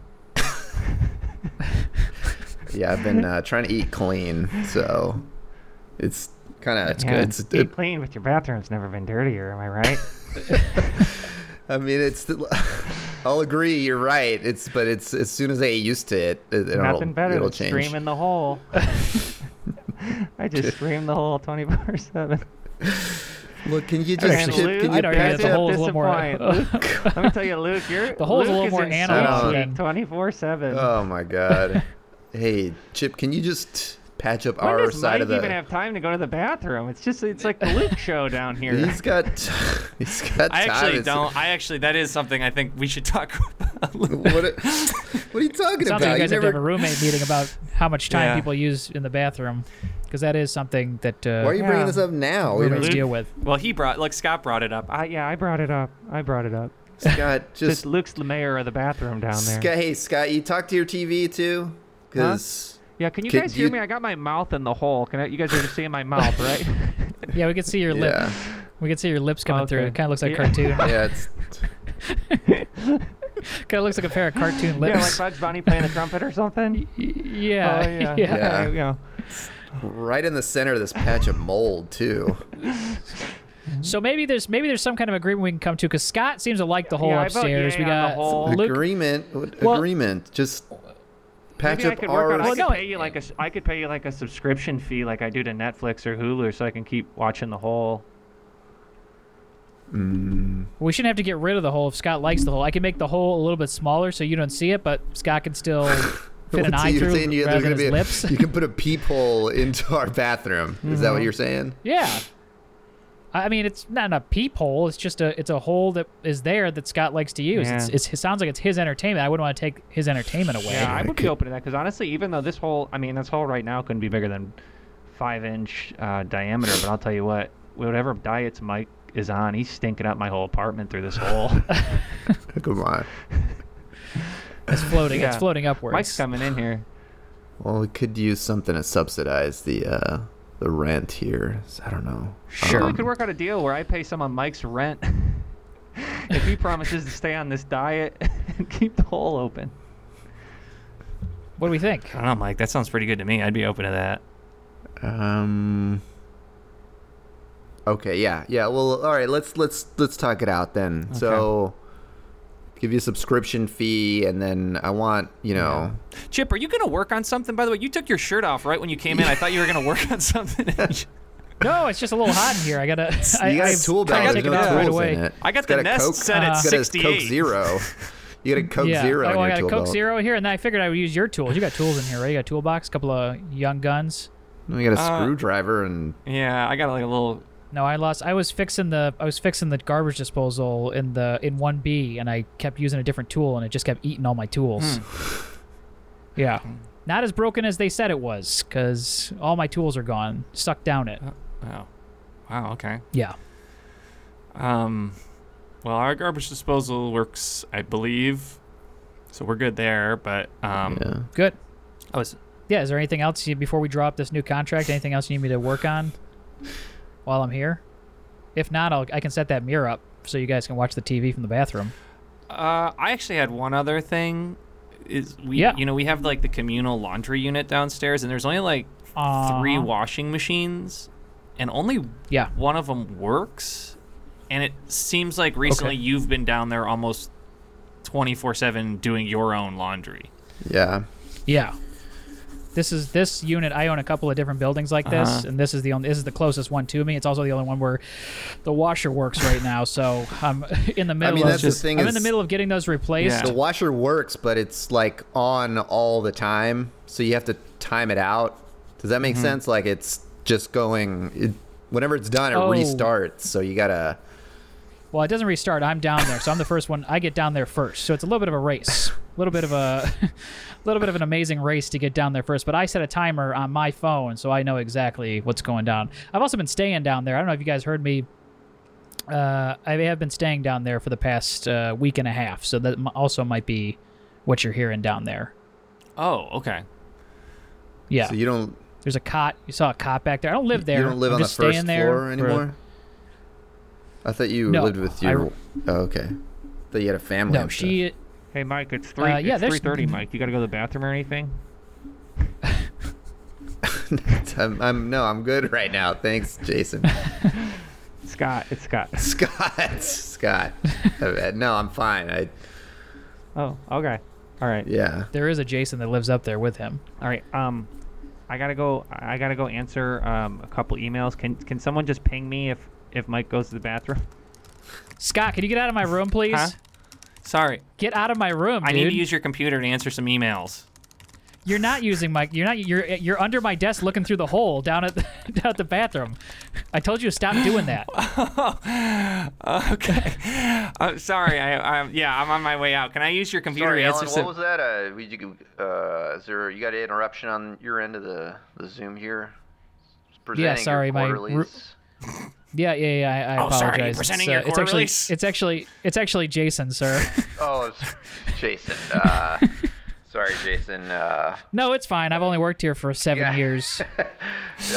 Speaker 3: Yeah, I've been uh, trying to eat clean, so it's kind of it's
Speaker 4: Yeah,
Speaker 3: good. It's,
Speaker 4: Be
Speaker 3: it,
Speaker 4: clean, but your bathroom's never been dirtier. Am I right?
Speaker 3: I mean, it's. *laughs* I'll agree. You're right. It's but it's as soon as I get used to it, it *laughs* it'll,
Speaker 4: Nothing better
Speaker 3: it'll
Speaker 4: than
Speaker 3: change.
Speaker 4: scream in
Speaker 3: *laughs*
Speaker 4: the hole. I just scream the hole 24 7.
Speaker 3: Look, can you just
Speaker 4: And
Speaker 1: Actually,
Speaker 3: chip,
Speaker 4: Luke,
Speaker 3: can
Speaker 1: I'd
Speaker 3: you
Speaker 1: argue that
Speaker 3: pass
Speaker 1: the
Speaker 3: it?
Speaker 1: whole
Speaker 3: *laughs*
Speaker 1: is a little more- Oh,
Speaker 4: Luke, *laughs* let me tell you, Luke, you're
Speaker 1: The hole's a
Speaker 4: Luke
Speaker 1: little
Speaker 4: is
Speaker 1: more
Speaker 4: in
Speaker 1: animal
Speaker 4: sneak
Speaker 1: than-
Speaker 4: 24/7.
Speaker 3: Oh my god. hey, Chip, can you just patch up
Speaker 4: when
Speaker 3: our
Speaker 4: does
Speaker 3: side
Speaker 4: Mike
Speaker 3: of the?
Speaker 4: even have time to go to the bathroom? It's just it's like the Luke show down here.
Speaker 3: *laughs* he's got. *laughs* He's got.
Speaker 2: I
Speaker 3: time.
Speaker 2: actually
Speaker 3: It's-
Speaker 2: don't. I actually, that is something I think we should talk *laughs* about.
Speaker 3: *laughs* What? are- what are you talking
Speaker 1: It sounds
Speaker 3: about?
Speaker 1: like you guys
Speaker 3: You
Speaker 1: have to have a
Speaker 3: never-
Speaker 1: roommate meeting about how much time
Speaker 2: Yeah.
Speaker 1: people use in the bathroom, because that is something that
Speaker 3: Why are you
Speaker 1: uh,
Speaker 3: bringing
Speaker 4: Yeah.
Speaker 3: this up now? We
Speaker 1: roommates
Speaker 4: Luke-
Speaker 1: deal with.
Speaker 2: well, he brought, like Scott brought it up. I,
Speaker 4: I, yeah, I brought it up. I brought it up.
Speaker 3: Scott,
Speaker 4: Just
Speaker 3: just
Speaker 4: Luke's the mayor of the bathroom down there.
Speaker 3: Scott, hey Scott, you talk to your TV too, because
Speaker 4: yeah, can you
Speaker 3: Can
Speaker 4: guys hear
Speaker 3: you-
Speaker 4: me? I got my mouth in the hole. Can I, you guys are just seeing my mouth,
Speaker 3: *laughs*
Speaker 4: right?
Speaker 1: Yeah, we can see your lip.
Speaker 3: yeah,
Speaker 1: We can see your lips coming through.
Speaker 4: Oh, Okay.
Speaker 1: It kind of looks like cartoon.
Speaker 4: Yeah. *laughs*
Speaker 1: kind
Speaker 3: yeah, it's
Speaker 1: of looks like a pair of cartoon
Speaker 4: yeah, like
Speaker 1: lips.
Speaker 4: Bugs Bunny playing the trumpet or something.
Speaker 1: yeah, *laughs* yeah.
Speaker 4: oh, *laughs* yeah.
Speaker 3: Yeah.
Speaker 4: yeah.
Speaker 3: right in the center of this patch of mold too.
Speaker 1: So maybe there's maybe there's some kind of agreement we can come to because Scott seems to like the whole
Speaker 4: Yeah, I vote
Speaker 1: upstairs. We
Speaker 4: yay on the
Speaker 1: got
Speaker 4: whole.
Speaker 1: Oh, Luke.
Speaker 3: agreement, what-
Speaker 1: Well-
Speaker 3: agreement, just patch
Speaker 4: Maybe I
Speaker 3: up
Speaker 4: could work
Speaker 3: our.
Speaker 4: on. I
Speaker 1: Well,
Speaker 4: could
Speaker 1: no,
Speaker 4: pay you like a. s- I could pay you like a subscription fee, like I do to Netflix or Hulu, so I can keep watching the whole.
Speaker 1: We shouldn't have to get rid of the hole if Scott likes the hole. I can make the hole a little bit smaller so you don't see it, but Scott can
Speaker 3: *laughs*
Speaker 1: still fit an
Speaker 3: So
Speaker 1: eye
Speaker 3: you're
Speaker 1: through
Speaker 3: saying you-
Speaker 1: rather
Speaker 3: there's
Speaker 1: than
Speaker 3: gonna
Speaker 1: his
Speaker 3: be a-
Speaker 1: lips.
Speaker 3: *laughs*
Speaker 1: Mm-hmm.
Speaker 3: You can put a peephole into our bathroom. Is that what you're saying?
Speaker 1: *laughs* Yeah. I I mean, it's not a peephole. It's just a it's a hole that is there that Scott likes to use. It's,
Speaker 4: Yeah.
Speaker 1: it's, it sounds like it's his entertainment. I wouldn't want to take his entertainment away.
Speaker 4: Yeah, I would
Speaker 3: could-
Speaker 4: be open to that because honestly, even though this hole, I mean, this hole right now couldn't be bigger than five inch uh, diameter, but I'll tell you what, whatever diets Mike is on, he's stinking up my whole apartment through this hole.
Speaker 3: Come on.
Speaker 1: It's floating. It's
Speaker 4: Yeah.
Speaker 1: floating upwards.
Speaker 4: Mike's coming in here.
Speaker 3: Well, we could use something to subsidize the uh, the rent here. So I don't know.
Speaker 4: Sure, we
Speaker 3: Um,
Speaker 4: could work out a deal where I pay some of Mike's rent *laughs* if he promises to stay on this diet *laughs* and keep the hole open.
Speaker 1: What do we think?
Speaker 2: don't know, Mike. That sounds pretty good to me. I'd be open to that.
Speaker 3: Um. Okay. Yeah. Yeah. Well. All right. Let's let's let's talk it out then. So, give you a subscription fee, and then I want you know.
Speaker 2: Chip, are you gonna work on something? By the way, you took your shirt off right when you came in. I thought you were gonna work on *laughs* something.
Speaker 1: No, it's just a little hot in here. I
Speaker 3: *laughs*
Speaker 1: gotta. I,
Speaker 3: you got
Speaker 1: I
Speaker 3: a tool
Speaker 1: kinda
Speaker 3: bag. There's
Speaker 1: take it
Speaker 3: no
Speaker 1: out
Speaker 3: tools
Speaker 1: right away.
Speaker 3: in it.
Speaker 2: I got
Speaker 3: It's
Speaker 2: the
Speaker 3: a
Speaker 2: Nest
Speaker 3: Coke, *laughs*
Speaker 2: set at
Speaker 3: it's got a
Speaker 2: 68.
Speaker 3: Coke Zero. You got a
Speaker 1: *laughs*
Speaker 3: Coke
Speaker 1: yeah.
Speaker 3: Zero
Speaker 1: oh,
Speaker 3: in your
Speaker 1: I got
Speaker 3: tool
Speaker 1: a Coke
Speaker 3: belt.
Speaker 1: Zero here, and then I figured I would use your tools. You got tools in here, right? You got a toolbox, a couple of young guns.
Speaker 3: You got a
Speaker 2: Uh,
Speaker 3: screwdriver and
Speaker 2: yeah, I got like a little.
Speaker 1: No, I lost. I was fixing the I was fixing the garbage disposal in the in one B, and I kept using a different tool, and it just kept eating all my tools. Yeah, not as broken as they said it was, because all my tools are gone, stuck down it.
Speaker 2: Wow. oh, Wow. Okay.
Speaker 1: Yeah,
Speaker 2: Um, well, our garbage disposal works, I believe, so we're good there. But um,
Speaker 3: yeah.
Speaker 1: good.
Speaker 2: I was
Speaker 1: Yeah, is there anything else you, before we draw up this new contract? Anything else you need me to work on while I'm here? If not, I'll I can set that mirror up so you guys can watch the TV from the bathroom.
Speaker 2: Uh, I actually had one other thing. Is we
Speaker 1: Yeah.
Speaker 2: you know we have like the communal laundry unit downstairs, and there's only like three
Speaker 1: Uh-huh.
Speaker 2: washing machines, and only
Speaker 1: Yeah.
Speaker 2: one of them works. And it seems like recently you've been down there almost 24 7 doing your own laundry.
Speaker 3: Yeah.
Speaker 1: Yeah. This is this unit. I own a couple of different buildings like this,
Speaker 2: Uh-huh.
Speaker 1: and this is the only this is the closest one to me. It's also the only one where the washer works right now. So I'm *laughs* in the middle.
Speaker 3: I mean,
Speaker 1: of,
Speaker 3: that's
Speaker 2: just-
Speaker 3: the thing
Speaker 1: I'm
Speaker 3: is
Speaker 1: in the middle of getting those replaced.
Speaker 2: Yeah.
Speaker 3: the washer works, but it's like on all the time, so you have to time it out. Does that
Speaker 1: Mm-hmm.
Speaker 3: make sense? Like it's just going. It, whenever it's done, it
Speaker 1: Oh.
Speaker 3: restarts. So you gotta.
Speaker 1: Well, it doesn't restart. I'm down there, so I'm the first one. I get down there first, so it's a little bit of a race, a little bit of a, *laughs* a little bit of an amazing race to get down there first. But I set a timer on my phone, so I know exactly what's going down. I've also been staying down there. I don't know if you guys heard me. Uh, I have been staying down there for the past uh, week and a half, so that m- also might be what you're hearing down there.
Speaker 2: Oh, okay.
Speaker 1: Yeah,
Speaker 3: So you don't.
Speaker 1: there's a cot. You saw a cot back there. I don't live there.
Speaker 3: You don't live
Speaker 1: I'm
Speaker 3: on the
Speaker 1: just
Speaker 3: first
Speaker 1: staying there
Speaker 3: floor
Speaker 1: for-
Speaker 3: anymore. I thought you
Speaker 1: No,
Speaker 3: lived with
Speaker 1: I-
Speaker 3: your. oh, okay. Thought you had a family.
Speaker 1: No,
Speaker 3: and stuff.
Speaker 1: she
Speaker 4: Hey, Mike, it's three.
Speaker 1: Uh, yeah,
Speaker 4: it's
Speaker 1: there's-
Speaker 4: three thirty, Mike. You gotta go to the bathroom or anything?
Speaker 3: *laughs* I'm, I'm no, I'm good right now. Thanks,
Speaker 1: *laughs*
Speaker 3: Jason.
Speaker 4: Scott, it's Scott.
Speaker 1: *laughs*
Speaker 3: Scott, Scott. no, I'm fine. I
Speaker 4: Oh, okay. All right.
Speaker 3: yeah.
Speaker 1: there is a Jason that lives up there with him.
Speaker 4: All right. Um, I gotta go. I gotta go answer um a couple emails. Can can someone just ping me if if Mike goes to
Speaker 1: *laughs*
Speaker 4: the bathroom?
Speaker 1: Scott, can you get out of my room, please?
Speaker 4: Huh?
Speaker 2: Sorry.
Speaker 1: Get out of my room,
Speaker 2: I
Speaker 1: dude.
Speaker 2: need to use your computer to answer some emails.
Speaker 1: you're not using my. You're not. You're you're under my desk looking through the hole down at the, *laughs* down at the bathroom. I told you to stop doing
Speaker 2: *laughs*
Speaker 1: that.
Speaker 2: *laughs* Okay. I'm Uh, sorry. I, I yeah, I'm on my way out. Can I use your computer
Speaker 3: Sorry,
Speaker 2: to
Speaker 3: Alan,
Speaker 2: answer some?
Speaker 3: what was that? Uh, we, you, uh, is there you got an interruption on your end of the, the Zoom here? It's presenting your
Speaker 1: sorry, my
Speaker 3: quarterlies.
Speaker 1: ru- Yeah, yeah, yeah. I, I
Speaker 2: Oh,
Speaker 1: apologize.
Speaker 2: sorry, you're presenting
Speaker 1: it's,
Speaker 2: your
Speaker 1: it's actually
Speaker 2: quarterlies?
Speaker 1: it's actually it's actually Jason, sir. *laughs*
Speaker 3: Oh, it's- Jason. Uh, sorry, Jason. Uh,
Speaker 1: no, it's fine. I've only worked here for seven
Speaker 2: *laughs*
Speaker 3: Yeah.
Speaker 1: years.
Speaker 3: yeah,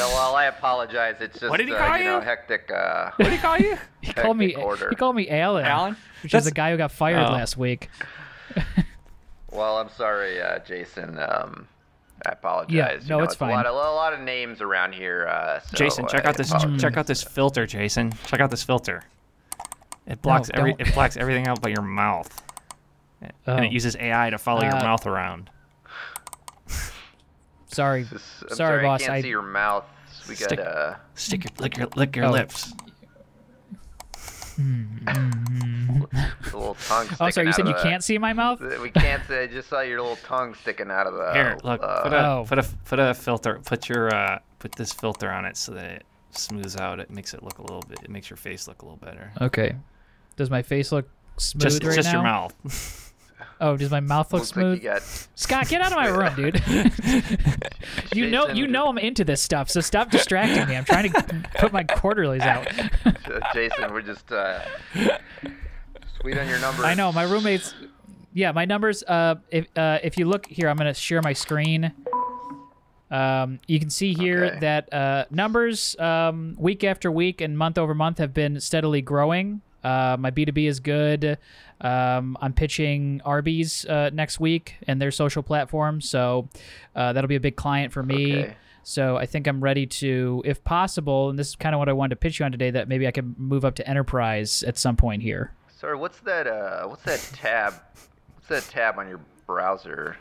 Speaker 3: well, I apologize. It's just
Speaker 2: What did he
Speaker 3: uh,
Speaker 2: call
Speaker 3: you
Speaker 2: you?
Speaker 3: know hectic. Uh,
Speaker 2: What do you call you?
Speaker 1: He called me.
Speaker 3: Hectic order.
Speaker 1: He called me Alan.
Speaker 2: Alan?
Speaker 1: which
Speaker 2: That's-
Speaker 1: is the guy who got fired
Speaker 2: Oh.
Speaker 1: last week.
Speaker 3: well, I'm sorry, uh, Jason. Um, I apologize. you
Speaker 1: no,
Speaker 3: know,
Speaker 1: it's
Speaker 3: A lot,
Speaker 1: fine.
Speaker 3: of, a lot of names around here. Uh, so
Speaker 2: Jason, check
Speaker 3: I
Speaker 2: out this
Speaker 3: apologize.
Speaker 2: check out this filter, Jason. Check out this filter. It blocks every
Speaker 1: don't.
Speaker 2: it blocks everything out but your mouth.
Speaker 1: Oh,
Speaker 2: And it uses AI to follow your
Speaker 1: Uh,
Speaker 2: mouth around.
Speaker 1: sorry,
Speaker 3: I'm
Speaker 1: sorry, boss.
Speaker 3: I can't
Speaker 1: I
Speaker 3: see your mouth. We got
Speaker 2: Stick-
Speaker 3: uh,
Speaker 2: Stick your lick your lick your
Speaker 1: Oh.
Speaker 2: lips.
Speaker 3: a little tongue.
Speaker 1: Oh, I'm sorry.
Speaker 3: sticking
Speaker 1: You said
Speaker 3: out
Speaker 1: you
Speaker 3: of the-
Speaker 1: can't see my mouth.
Speaker 3: We can't say. I just saw your little tongue sticking out of the.
Speaker 2: Here, look.
Speaker 3: uh,
Speaker 2: put a
Speaker 1: Oh.
Speaker 2: put a put a filter. Put your uh, put this filter on it so that it smooths out. It makes it look a little bit. It makes your face look a little better.
Speaker 1: Okay. Does my face look smooth
Speaker 2: Just
Speaker 1: right
Speaker 2: just
Speaker 1: now?
Speaker 2: your mouth.
Speaker 1: Oh, does my mouth look
Speaker 3: looks
Speaker 1: smooth?
Speaker 3: Like you got,
Speaker 1: Scott, get out of my room, dude. you know,
Speaker 3: Jason,
Speaker 1: you
Speaker 3: dude.
Speaker 1: know I'm into this stuff, so stop distracting me. I'm trying to put my quarterlies out.
Speaker 3: uh, Jason, we're just uh, sweet on your
Speaker 1: *laughs*
Speaker 3: number.
Speaker 1: I know my roommates. Yeah, my numbers. Uh, if uh, if you look here, I'm gonna share my screen. Um, you can see here
Speaker 3: Okay.
Speaker 1: that uh, numbers um, week after week and month over month have been steadily growing. Uh, my B2B is good. Um, I'm pitching Arby's uh, next week and their social platform, so uh, that'll be a big client for me.
Speaker 3: Okay.
Speaker 1: So I think I'm ready to, if possible, and this is kind of what I wanted to pitch you on today, that maybe I can move up to enterprise at some point here.
Speaker 3: Sorry, what's that? Uh, what's that tab? What's that tab on your browser?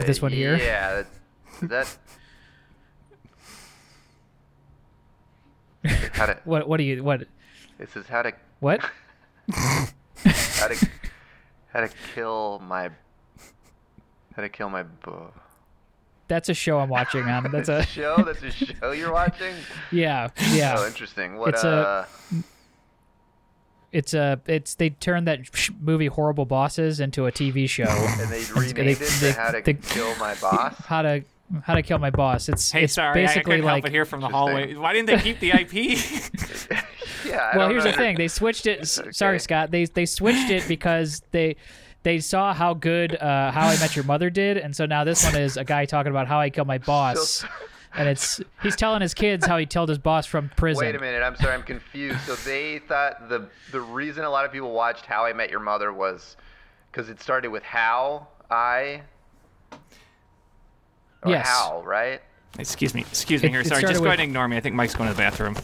Speaker 1: This one here?
Speaker 3: Yeah. That. that
Speaker 1: *laughs*
Speaker 3: how to,
Speaker 1: What what do you what
Speaker 3: it says how to
Speaker 1: what?
Speaker 3: how to how to kill my how to kill my bo-
Speaker 1: That's a show I'm watching on. That's
Speaker 3: *laughs*
Speaker 1: a
Speaker 3: show. That's a
Speaker 1: *laughs*
Speaker 3: show you're watching.
Speaker 1: yeah
Speaker 3: Oh,
Speaker 1: yeah.
Speaker 3: interesting. What?
Speaker 1: It's a-
Speaker 3: uh,
Speaker 1: It's a it's they turned that sh- movie Horrible Bosses into a TV show.
Speaker 3: and they renamed it
Speaker 1: they-
Speaker 3: to How to
Speaker 1: they-
Speaker 3: Kill My Boss.
Speaker 1: How to how to kill my boss. It's
Speaker 2: Hey,
Speaker 1: it's
Speaker 2: sorry, I- I
Speaker 1: basically
Speaker 2: couldn't
Speaker 1: like
Speaker 2: help but hear from the hallway.
Speaker 3: Interesting.
Speaker 2: Why didn't they keep the IP?
Speaker 3: Yeah.
Speaker 1: *laughs*
Speaker 3: I
Speaker 1: well
Speaker 3: don't
Speaker 1: here's
Speaker 3: know.
Speaker 1: the thing they switched
Speaker 3: *laughs*
Speaker 1: it s- sorry
Speaker 3: Okay.
Speaker 1: scott they they switched it because they they saw how good uh, how i met your mother did and so now this one is a guy talking about how i killed
Speaker 3: *laughs*
Speaker 1: my boss and it's he's telling his kids how he killed his boss from prison
Speaker 3: Wait a minute. I'm sorry. I'm confused. So they thought the the reason a lot of people watched How I Met Your Mother was because it started with how I. Or
Speaker 1: Yes.
Speaker 3: How right?
Speaker 2: *laughs* excuse me. Excuse me.
Speaker 1: It-
Speaker 2: Here,
Speaker 1: it
Speaker 2: sorry. Just
Speaker 1: started
Speaker 2: go
Speaker 1: with-
Speaker 2: ahead and ignore me. I think Mike's going to the bathroom.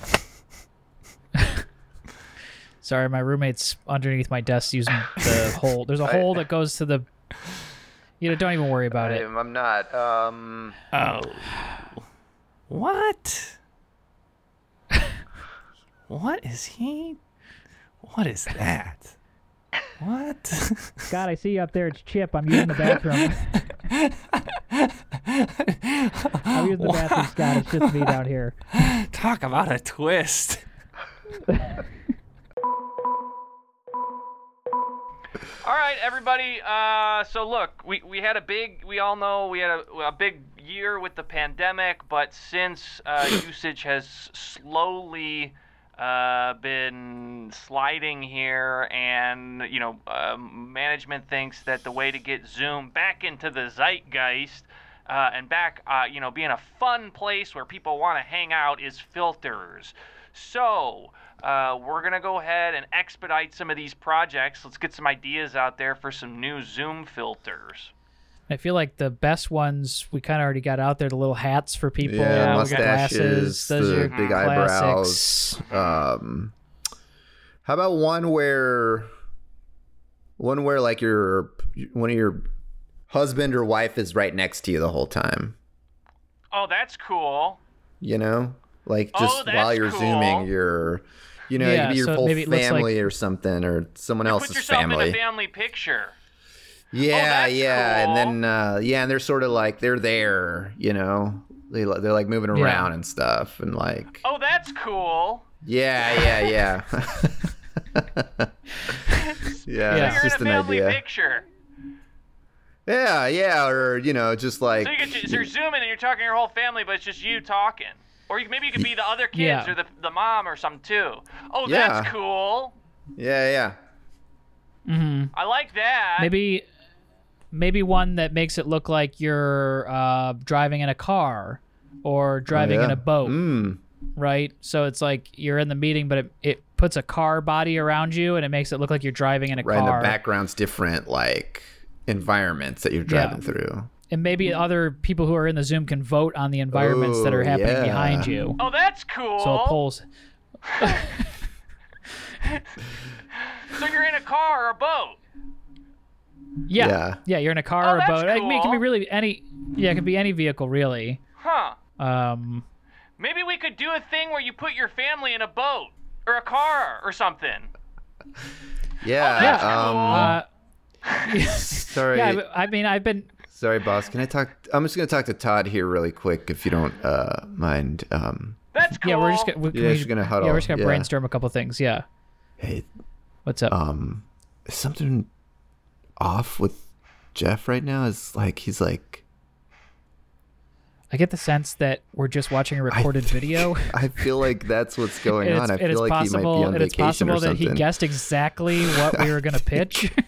Speaker 1: Sorry, my roommate's underneath my desk using
Speaker 3: *laughs*
Speaker 1: the hole. There's a
Speaker 3: I-
Speaker 1: hole that goes to the. You know, don't even worry about it.
Speaker 3: I'm, I'm not. Um,
Speaker 2: Oh. What? what is he? What is that? What? *laughs*
Speaker 1: God, I see you up there. It's Chip. I'm using the
Speaker 3: *laughs*
Speaker 1: bathroom. I'm using the bathroom, Scott. It's just
Speaker 3: *laughs*
Speaker 1: me down here.
Speaker 2: Talk about a twist.
Speaker 4: All right, everybody. Uh, so look, we, we had a big, we all know we had a, a big year with the pandemic, but since
Speaker 2: *coughs*
Speaker 4: uh, usage has slowly uh, been sliding here, and you know, uh, management thinks that the way to get Zoom back into the zeitgeist uh, and back, uh, you know, being a fun place where people want to hang out is filters. So uh, we're gonna go ahead and expedite some of these projects. Let's get some ideas out there for some new Zoom filters.
Speaker 1: I feel like the best ones we kind of already got out there. The little hats for people,
Speaker 3: yeah,
Speaker 1: the glasses,
Speaker 3: mustaches,
Speaker 1: those are
Speaker 3: the
Speaker 1: your
Speaker 3: big
Speaker 1: classics.
Speaker 3: eyebrows. Um, how about one where, one where like your one of your husband or wife is right next to you the whole time.
Speaker 4: Oh, that's cool.
Speaker 3: You know, like
Speaker 4: Oh,
Speaker 3: just
Speaker 4: that's
Speaker 3: while you're
Speaker 4: cool.
Speaker 3: zooming, you're, you know,
Speaker 1: Yeah,
Speaker 3: it could be your
Speaker 1: so
Speaker 3: whole
Speaker 1: maybe it looks like-
Speaker 3: family or something, or someone
Speaker 4: Put
Speaker 3: else's
Speaker 4: yourself
Speaker 3: family.
Speaker 4: in a family picture.
Speaker 3: Yeah,
Speaker 4: that's
Speaker 3: yeah,
Speaker 4: cool.
Speaker 3: and then uh, yeah, and they're sort of like they're there, you know. They li- they're like moving
Speaker 1: Yeah.
Speaker 3: around and stuff, and like
Speaker 4: Oh, that's cool.
Speaker 3: yeah, yeah,
Speaker 4: *laughs*
Speaker 3: yeah. yeah,
Speaker 1: Yeah.
Speaker 4: So
Speaker 3: it's
Speaker 4: you're
Speaker 3: just
Speaker 4: in
Speaker 3: an
Speaker 4: a family
Speaker 3: idea.
Speaker 4: picture.
Speaker 3: Yeah, yeah, or you know, just like
Speaker 4: So, you get to, so you're zooming and you're talking to your whole family, but it's just you talking. Or you, maybe you could be the other kids
Speaker 1: Yeah.
Speaker 4: or the, the mom or something too. Oh, that's
Speaker 3: Yeah.
Speaker 4: cool.
Speaker 3: yeah, yeah.
Speaker 4: I like that.
Speaker 1: Maybe, maybe one that makes it look like you're uh, driving in a car or driving in
Speaker 3: yeah.
Speaker 1: a boat,
Speaker 3: Mm.
Speaker 1: right? So it's like you're in the meeting, but it, it puts a car body around you and it makes it look like you're driving in a
Speaker 3: Right, and
Speaker 1: car.
Speaker 3: the background's different, like environments that you're driving through.
Speaker 1: And maybe other people who are in the Zoom can vote on the environments that are
Speaker 3: Oh,
Speaker 1: happening
Speaker 3: yeah.
Speaker 1: behind you.
Speaker 4: Oh, that's cool.
Speaker 1: So it polls.
Speaker 4: So you're in a car or a boat.
Speaker 1: Yeah.
Speaker 3: Yeah.
Speaker 1: yeah. You're in a car
Speaker 4: Oh,
Speaker 1: or a
Speaker 4: that's
Speaker 1: boat. Like, It can be
Speaker 4: cool.
Speaker 1: really any. Yeah, it can be any vehicle really.
Speaker 4: Huh.
Speaker 1: Um,
Speaker 4: Maybe we could do a thing where you put your family in a boat or a car or something. Oh,
Speaker 3: Yeah. um,
Speaker 1: uh,
Speaker 3: *laughs*
Speaker 1: *laughs*
Speaker 3: sorry.
Speaker 1: yeah. I- I mean, I've been.
Speaker 3: Sorry, boss. Can I talk? I'm just gonna talk to Todd here really quick, if you don't uh, mind. Um,
Speaker 4: That's cool.
Speaker 1: Yeah, we're just gonna. We,
Speaker 3: You guys
Speaker 1: we-
Speaker 3: are gonna
Speaker 1: Yeah,
Speaker 3: huddle,
Speaker 1: we're just gonna
Speaker 3: yeah.
Speaker 1: brainstorm a couple things. Yeah.
Speaker 3: hey,
Speaker 1: What's up?
Speaker 3: um, is something off with Jeff right now? Is like he's like
Speaker 1: I get the sense that we're just watching a recorded
Speaker 3: think-
Speaker 1: video.
Speaker 3: *laughs* I feel like that's
Speaker 1: *laughs*
Speaker 3: what's going
Speaker 1: And
Speaker 3: on.
Speaker 1: it's,
Speaker 3: I
Speaker 1: and it's
Speaker 3: feel like he might
Speaker 1: possible.
Speaker 3: be on
Speaker 1: and it's
Speaker 3: vacation
Speaker 1: possible
Speaker 3: or
Speaker 1: that
Speaker 3: something.
Speaker 1: he guessed exactly what we were gonna
Speaker 3: *laughs*
Speaker 1: pitch. *laughs*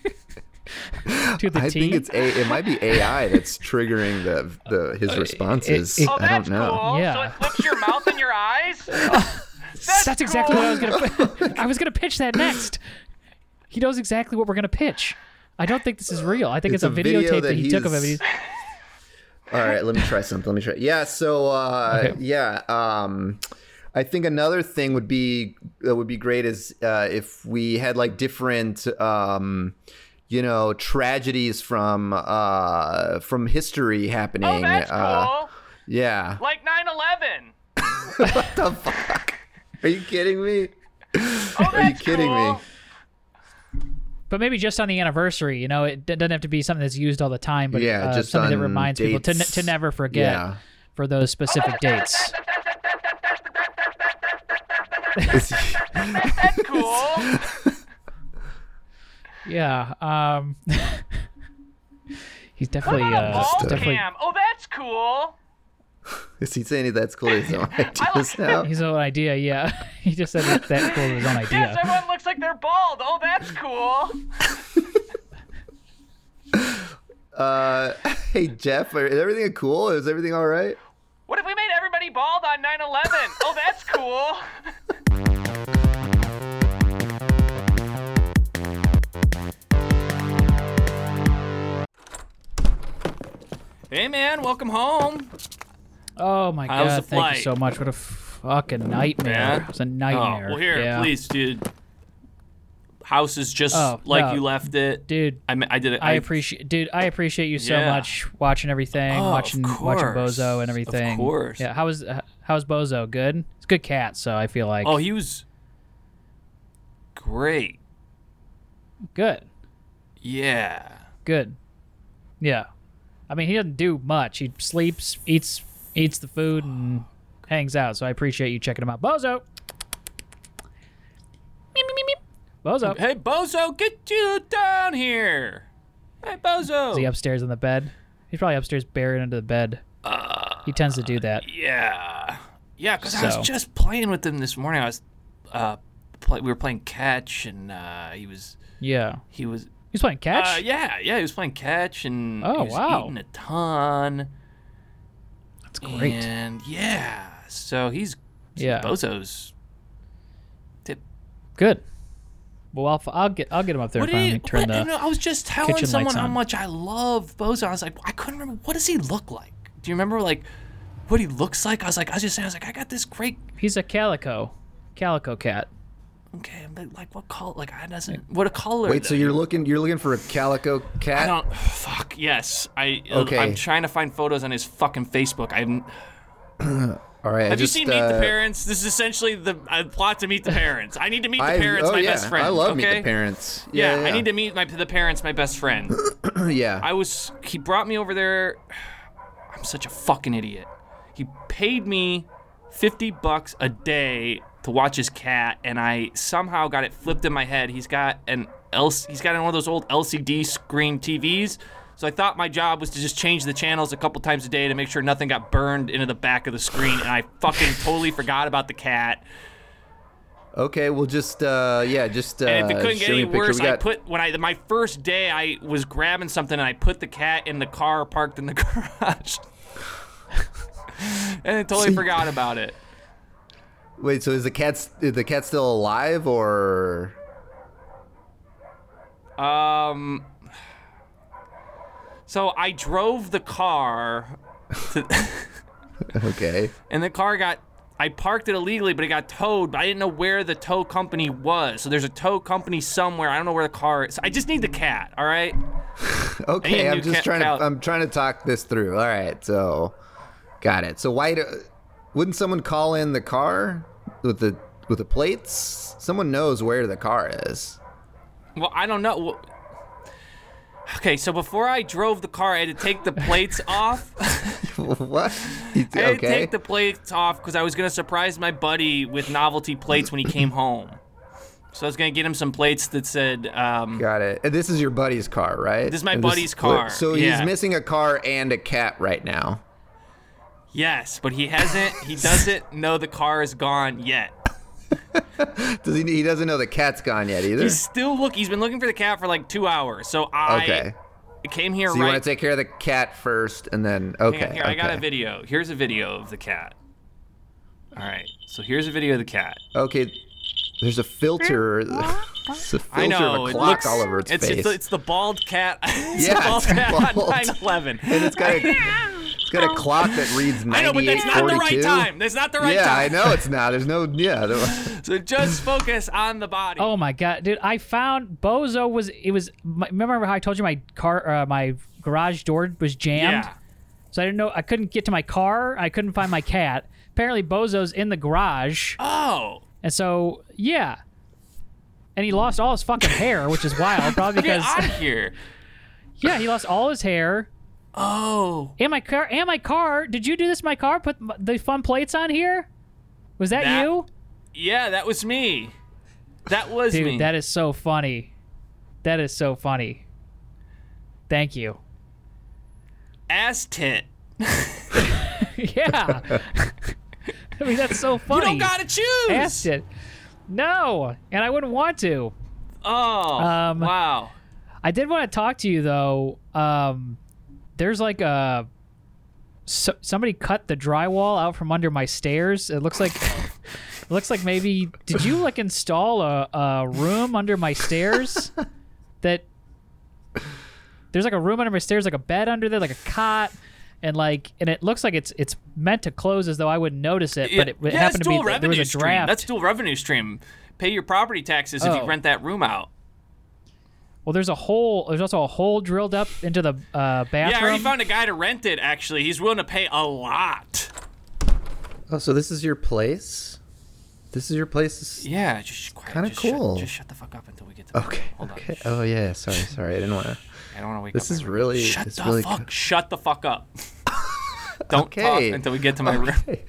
Speaker 1: to the
Speaker 3: I
Speaker 1: T.
Speaker 3: think it's a.
Speaker 1: *laughs*
Speaker 3: It might be AI that's triggering the the his responses.
Speaker 1: Uh, it-
Speaker 4: Oh,
Speaker 3: I
Speaker 4: that's
Speaker 3: don't know.
Speaker 4: cool. So
Speaker 1: Yeah. Uh,
Speaker 4: it flips your mouth and
Speaker 1: *laughs*
Speaker 4: your eyes.
Speaker 1: That's, exactly what I was gonna. *laughs* I was gonna pitch that next. He knows exactly what we're gonna pitch. I don't think this is real. I think it's,
Speaker 3: It's
Speaker 1: a,
Speaker 3: a video
Speaker 1: videotape that,
Speaker 3: that
Speaker 1: he took of it. He's-
Speaker 3: he's- All right, let me try something. Let me try. Yeah, so uh,
Speaker 1: Okay.
Speaker 3: yeah, um, I think another thing would be that would be great is uh, if we had like different, um, you know, tragedies from uh, from history happening.
Speaker 4: Oh, that's
Speaker 3: uh,
Speaker 4: cool.
Speaker 3: Yeah.
Speaker 4: Like
Speaker 3: *laughs*
Speaker 4: 9/11.
Speaker 3: What the fuck? Are you kidding me?
Speaker 4: Oh,
Speaker 3: Are you
Speaker 4: that's
Speaker 3: kidding
Speaker 4: cool.
Speaker 3: me?
Speaker 1: But maybe just on the anniversary, you know, it d- doesn't have to be something that's used all the time, but
Speaker 3: Yeah,
Speaker 1: uh,
Speaker 3: just
Speaker 1: something that
Speaker 3: on
Speaker 1: reminds people to, ne-
Speaker 3: dates.
Speaker 1: to never forget
Speaker 3: Yeah.
Speaker 1: for those specific dates.
Speaker 3: *laughs*
Speaker 4: That's cool.
Speaker 1: Yeah. Um, *laughs* he's definitely,
Speaker 4: What about a
Speaker 1: uh,
Speaker 4: ball
Speaker 1: definitely,
Speaker 4: cam. Oh, that's cool.
Speaker 3: Is he saying that's
Speaker 2: *laughs*
Speaker 3: cool? His own ideas now.
Speaker 1: his own idea. Yeah, *laughs* he just said that that cool
Speaker 4: *laughs*
Speaker 1: was his own idea.
Speaker 4: Yes, everyone looks like they're bald. Oh, that's cool.
Speaker 3: Uh, *laughs* hey Jeff, are- is everything cool? Is everything all right?
Speaker 4: What if we made everybody bald on 9/11? Oh, that's cool.
Speaker 2: Hey, man, welcome home.
Speaker 1: Oh my
Speaker 2: How's the
Speaker 1: god! Thank
Speaker 2: flight?
Speaker 1: you so much. What a fucking nightmare!
Speaker 2: Yeah?
Speaker 1: It was a nightmare.
Speaker 2: Oh, well, here,
Speaker 1: yeah.
Speaker 2: please, dude. houses just
Speaker 1: Oh,
Speaker 2: like
Speaker 1: no.
Speaker 2: you left it.
Speaker 1: dude.
Speaker 2: I mean, I did it.
Speaker 1: I appreciate, dude. I appreciate you so
Speaker 2: Yeah.
Speaker 1: much watching everything,
Speaker 2: Oh, of
Speaker 1: watching watching
Speaker 2: course.
Speaker 1: Bozo and
Speaker 2: Of
Speaker 1: everything.
Speaker 2: course.
Speaker 1: Yeah. How was uh, how's Bozo? Good. It's a good cat, so I feel like
Speaker 2: Oh, he was great.
Speaker 1: good,
Speaker 2: Yeah.
Speaker 1: good. Yeah. I mean, he doesn't do much. He sleeps, eats, eats the food, and hangs out. So I appreciate you checking him out, Bozo. Meep, meep, meep, meep. Bozo.
Speaker 2: Hey, Bozo, get you down here. Hey, Bozo.
Speaker 1: Is he upstairs in the bed? He's probably upstairs buried under the bed.
Speaker 2: Uh,
Speaker 1: he tends to do that.
Speaker 2: Yeah. Yeah, because I
Speaker 1: So.
Speaker 2: was just playing with him this morning. I was, uh, play, we were playing catch, and uh, he was,
Speaker 1: Yeah.
Speaker 2: he was,
Speaker 1: He's playing catch.
Speaker 2: uh, yeah, yeah, he was playing catch, and
Speaker 1: Oh,
Speaker 2: he was
Speaker 1: wow.
Speaker 2: eating a ton.
Speaker 1: That's great.
Speaker 2: And yeah, so he's,
Speaker 1: Yeah.
Speaker 2: Bozo's. Tip.
Speaker 1: Good. Well, I'll, I'll get I'll get him up there
Speaker 2: What
Speaker 1: if I
Speaker 2: did he,
Speaker 1: finally. Turn
Speaker 2: what,
Speaker 1: the.
Speaker 2: no, I was just telling
Speaker 1: kitchen
Speaker 2: someone
Speaker 1: lights
Speaker 2: how
Speaker 1: on.
Speaker 2: much I love Bozo. I was like, I couldn't remember. What does he look like? Do you remember, like, what he looks like? I was like, I was just saying, I was like, I got this great
Speaker 1: He's a calico, calico cat.
Speaker 2: Okay, but like what color? Like I doesn't. What a color?
Speaker 3: Wait, so
Speaker 2: though?
Speaker 3: you're looking you're looking for a calico
Speaker 2: I
Speaker 3: cat?
Speaker 2: don't. Fuck yes. I.
Speaker 3: Okay.
Speaker 2: I'm trying to find photos on his fucking Facebook. I'm.
Speaker 3: All right. uh,
Speaker 2: Have you seen Meet the Parents? This is essentially the uh, plot to
Speaker 3: *laughs*
Speaker 2: Meet the Parents. I need to meet the
Speaker 3: I,
Speaker 2: parents,
Speaker 3: oh,
Speaker 2: my
Speaker 3: yeah.
Speaker 2: best friend.
Speaker 3: I love
Speaker 2: okay?
Speaker 3: Meet the Parents.
Speaker 2: Yeah, I need to meet my the parents, my best friend.
Speaker 3: to. *laughs* yeah.
Speaker 2: I was. He brought me over there. *sighs* I'm such a fucking idiot. He paid me fifty bucks a day to watch his cat, and I somehow got it flipped in my head. He's got an L- He's got one of those old LCD screen TVs. So I thought my job was to just change the channels a couple times a day to make sure nothing got burned into the back of the screen, and I fucking totally forgot about the cat.
Speaker 3: okay, well just uh yeah, just uh
Speaker 2: And if it couldn't get
Speaker 3: show me
Speaker 2: any
Speaker 3: a picture.
Speaker 2: worse,
Speaker 3: we got,
Speaker 2: I put when I my first day I was grabbing something and I put the cat in the car parked in the *laughs* garage. and I totally forgot about it.
Speaker 3: Wait, so is the cat is the cat still alive or *laughs*
Speaker 2: Um So I drove the car to,
Speaker 3: okay.
Speaker 2: and the car got I parked it illegally, but it got towed. But I didn't know where the tow company was. So there's a tow company somewhere. I don't know where the car is. I just need the cat, all right?
Speaker 3: Okay,
Speaker 2: a
Speaker 3: I'm
Speaker 2: new
Speaker 3: just
Speaker 2: cat-
Speaker 3: trying to
Speaker 2: cat.
Speaker 3: I'm trying to talk this through. All right, so got it. So why do, wouldn't someone call in the car with the with the plates? Someone knows where the car is. *laughs*
Speaker 2: Well, I don't know. Well, Okay, so before I drove the car, I had to take the plates *laughs* off.
Speaker 3: what?
Speaker 2: I
Speaker 3: You-
Speaker 2: had to
Speaker 3: okay.
Speaker 2: take the plates off because I was gonna surprise my buddy with novelty plates when he
Speaker 3: *laughs*
Speaker 2: came home. So I was gonna get him some plates that said, um,
Speaker 3: Got it. And this is your buddy's car, right?
Speaker 2: This is my
Speaker 3: And
Speaker 2: buddy's car,
Speaker 3: So
Speaker 2: yeah.
Speaker 3: he's missing a car and a cat right now.
Speaker 2: "Yes," but he hasn't. He
Speaker 3: *laughs*
Speaker 2: doesn't know the car is gone yet.
Speaker 3: Does he? He doesn't know the cat's gone yet either.
Speaker 2: He's still look. He's been looking for the cat for like two hours. So I
Speaker 3: okay.
Speaker 2: came here
Speaker 3: so you
Speaker 2: right.
Speaker 3: want to take care of the cat first, and then okay.
Speaker 2: Hang on, here,
Speaker 3: okay.
Speaker 2: I got a video. Here's a video of the cat. All right, so here's a video of the cat.
Speaker 3: Okay. There's a filter. *laughs* It's a filter
Speaker 2: I know.
Speaker 3: of a
Speaker 2: it
Speaker 3: clock
Speaker 2: looks,
Speaker 3: all over its,
Speaker 2: it's,
Speaker 3: face.
Speaker 2: It's, it's the bald cat. *laughs* it's
Speaker 3: Yeah,
Speaker 2: the bald
Speaker 3: it's
Speaker 2: cat on
Speaker 3: bald.
Speaker 2: 9/11.
Speaker 3: and it's got a, it's got a clock that *laughs* reads 9842.
Speaker 2: I know, but that's not the right time. That's not the right
Speaker 3: yeah, I
Speaker 2: time.
Speaker 3: know *laughs* it's not. There's no yeah. there-
Speaker 2: So just focus on the body.
Speaker 1: Oh my god, dude! I found Bozo was it was. My, remember how I told you my car, uh, my garage door was jammed,
Speaker 2: yeah.
Speaker 1: so I didn't know I couldn't get to my car. I couldn't find my cat. Apparently, Bozo's in the garage,
Speaker 2: Oh.
Speaker 1: and so yeah, and he lost all his fucking hair, which is
Speaker 2: *laughs*
Speaker 1: wild, probably
Speaker 2: Get
Speaker 1: because
Speaker 2: out of here.
Speaker 1: yeah, he lost all his hair.
Speaker 2: Oh.
Speaker 1: And my car, and my car. Did you do this? in My car put m- the fun plates on here. Was that,
Speaker 2: That-
Speaker 1: you,
Speaker 2: Yeah, that was me. That was
Speaker 1: dude?
Speaker 2: me.
Speaker 1: That is so funny. That is so funny. Thank you.
Speaker 2: ass tit.
Speaker 1: *laughs* yeah. I mean, that's so funny.
Speaker 2: You don't gotta choose.
Speaker 1: Asked it. No, and I wouldn't want to.
Speaker 2: Oh.
Speaker 1: Um,
Speaker 2: wow.
Speaker 1: I did want to talk to you though. Um, there's like a so, somebody cut the drywall out from under my stairs. It looks
Speaker 2: *laughs*
Speaker 1: like it looks like maybe did you like install a, a room under my
Speaker 2: *laughs*
Speaker 1: stairs that there's like a room under my stairs, like a bed under there, like a cot. And like, and it looks like it's it's meant to close as though I wouldn't notice it, but it, it
Speaker 2: yeah,
Speaker 1: happened
Speaker 2: that's
Speaker 1: to be
Speaker 2: dual
Speaker 1: that there was
Speaker 2: revenue
Speaker 1: a
Speaker 2: stream.
Speaker 1: draft.
Speaker 2: That's dual revenue stream. pay your property taxes if
Speaker 1: Oh.
Speaker 2: you rent that room out.
Speaker 1: Well, there's a hole. There's also a hole drilled up into the uh, bathroom.
Speaker 2: Yeah, I already found a guy to rent it. Actually, he's willing to pay a lot.
Speaker 3: *laughs* Oh, so this is your place? This is your place? This-
Speaker 2: Yeah, just quiet.
Speaker 3: Kinda
Speaker 2: just shut-
Speaker 3: cool.
Speaker 2: just shut the fuck up until we get to. The
Speaker 3: Okay.
Speaker 2: Hold
Speaker 3: okay.
Speaker 2: On.
Speaker 3: Oh yeah. Sorry. Sorry. I didn't want to.
Speaker 2: I don't want to wake
Speaker 3: This
Speaker 2: up.
Speaker 3: is
Speaker 2: everyone.
Speaker 3: really.
Speaker 2: Shut
Speaker 3: it's
Speaker 2: the
Speaker 3: really *laughs*
Speaker 2: fuck. Shut the fuck up. don't
Speaker 3: Okay.
Speaker 2: talk until we get to
Speaker 3: *laughs*
Speaker 2: my room.
Speaker 3: Okay.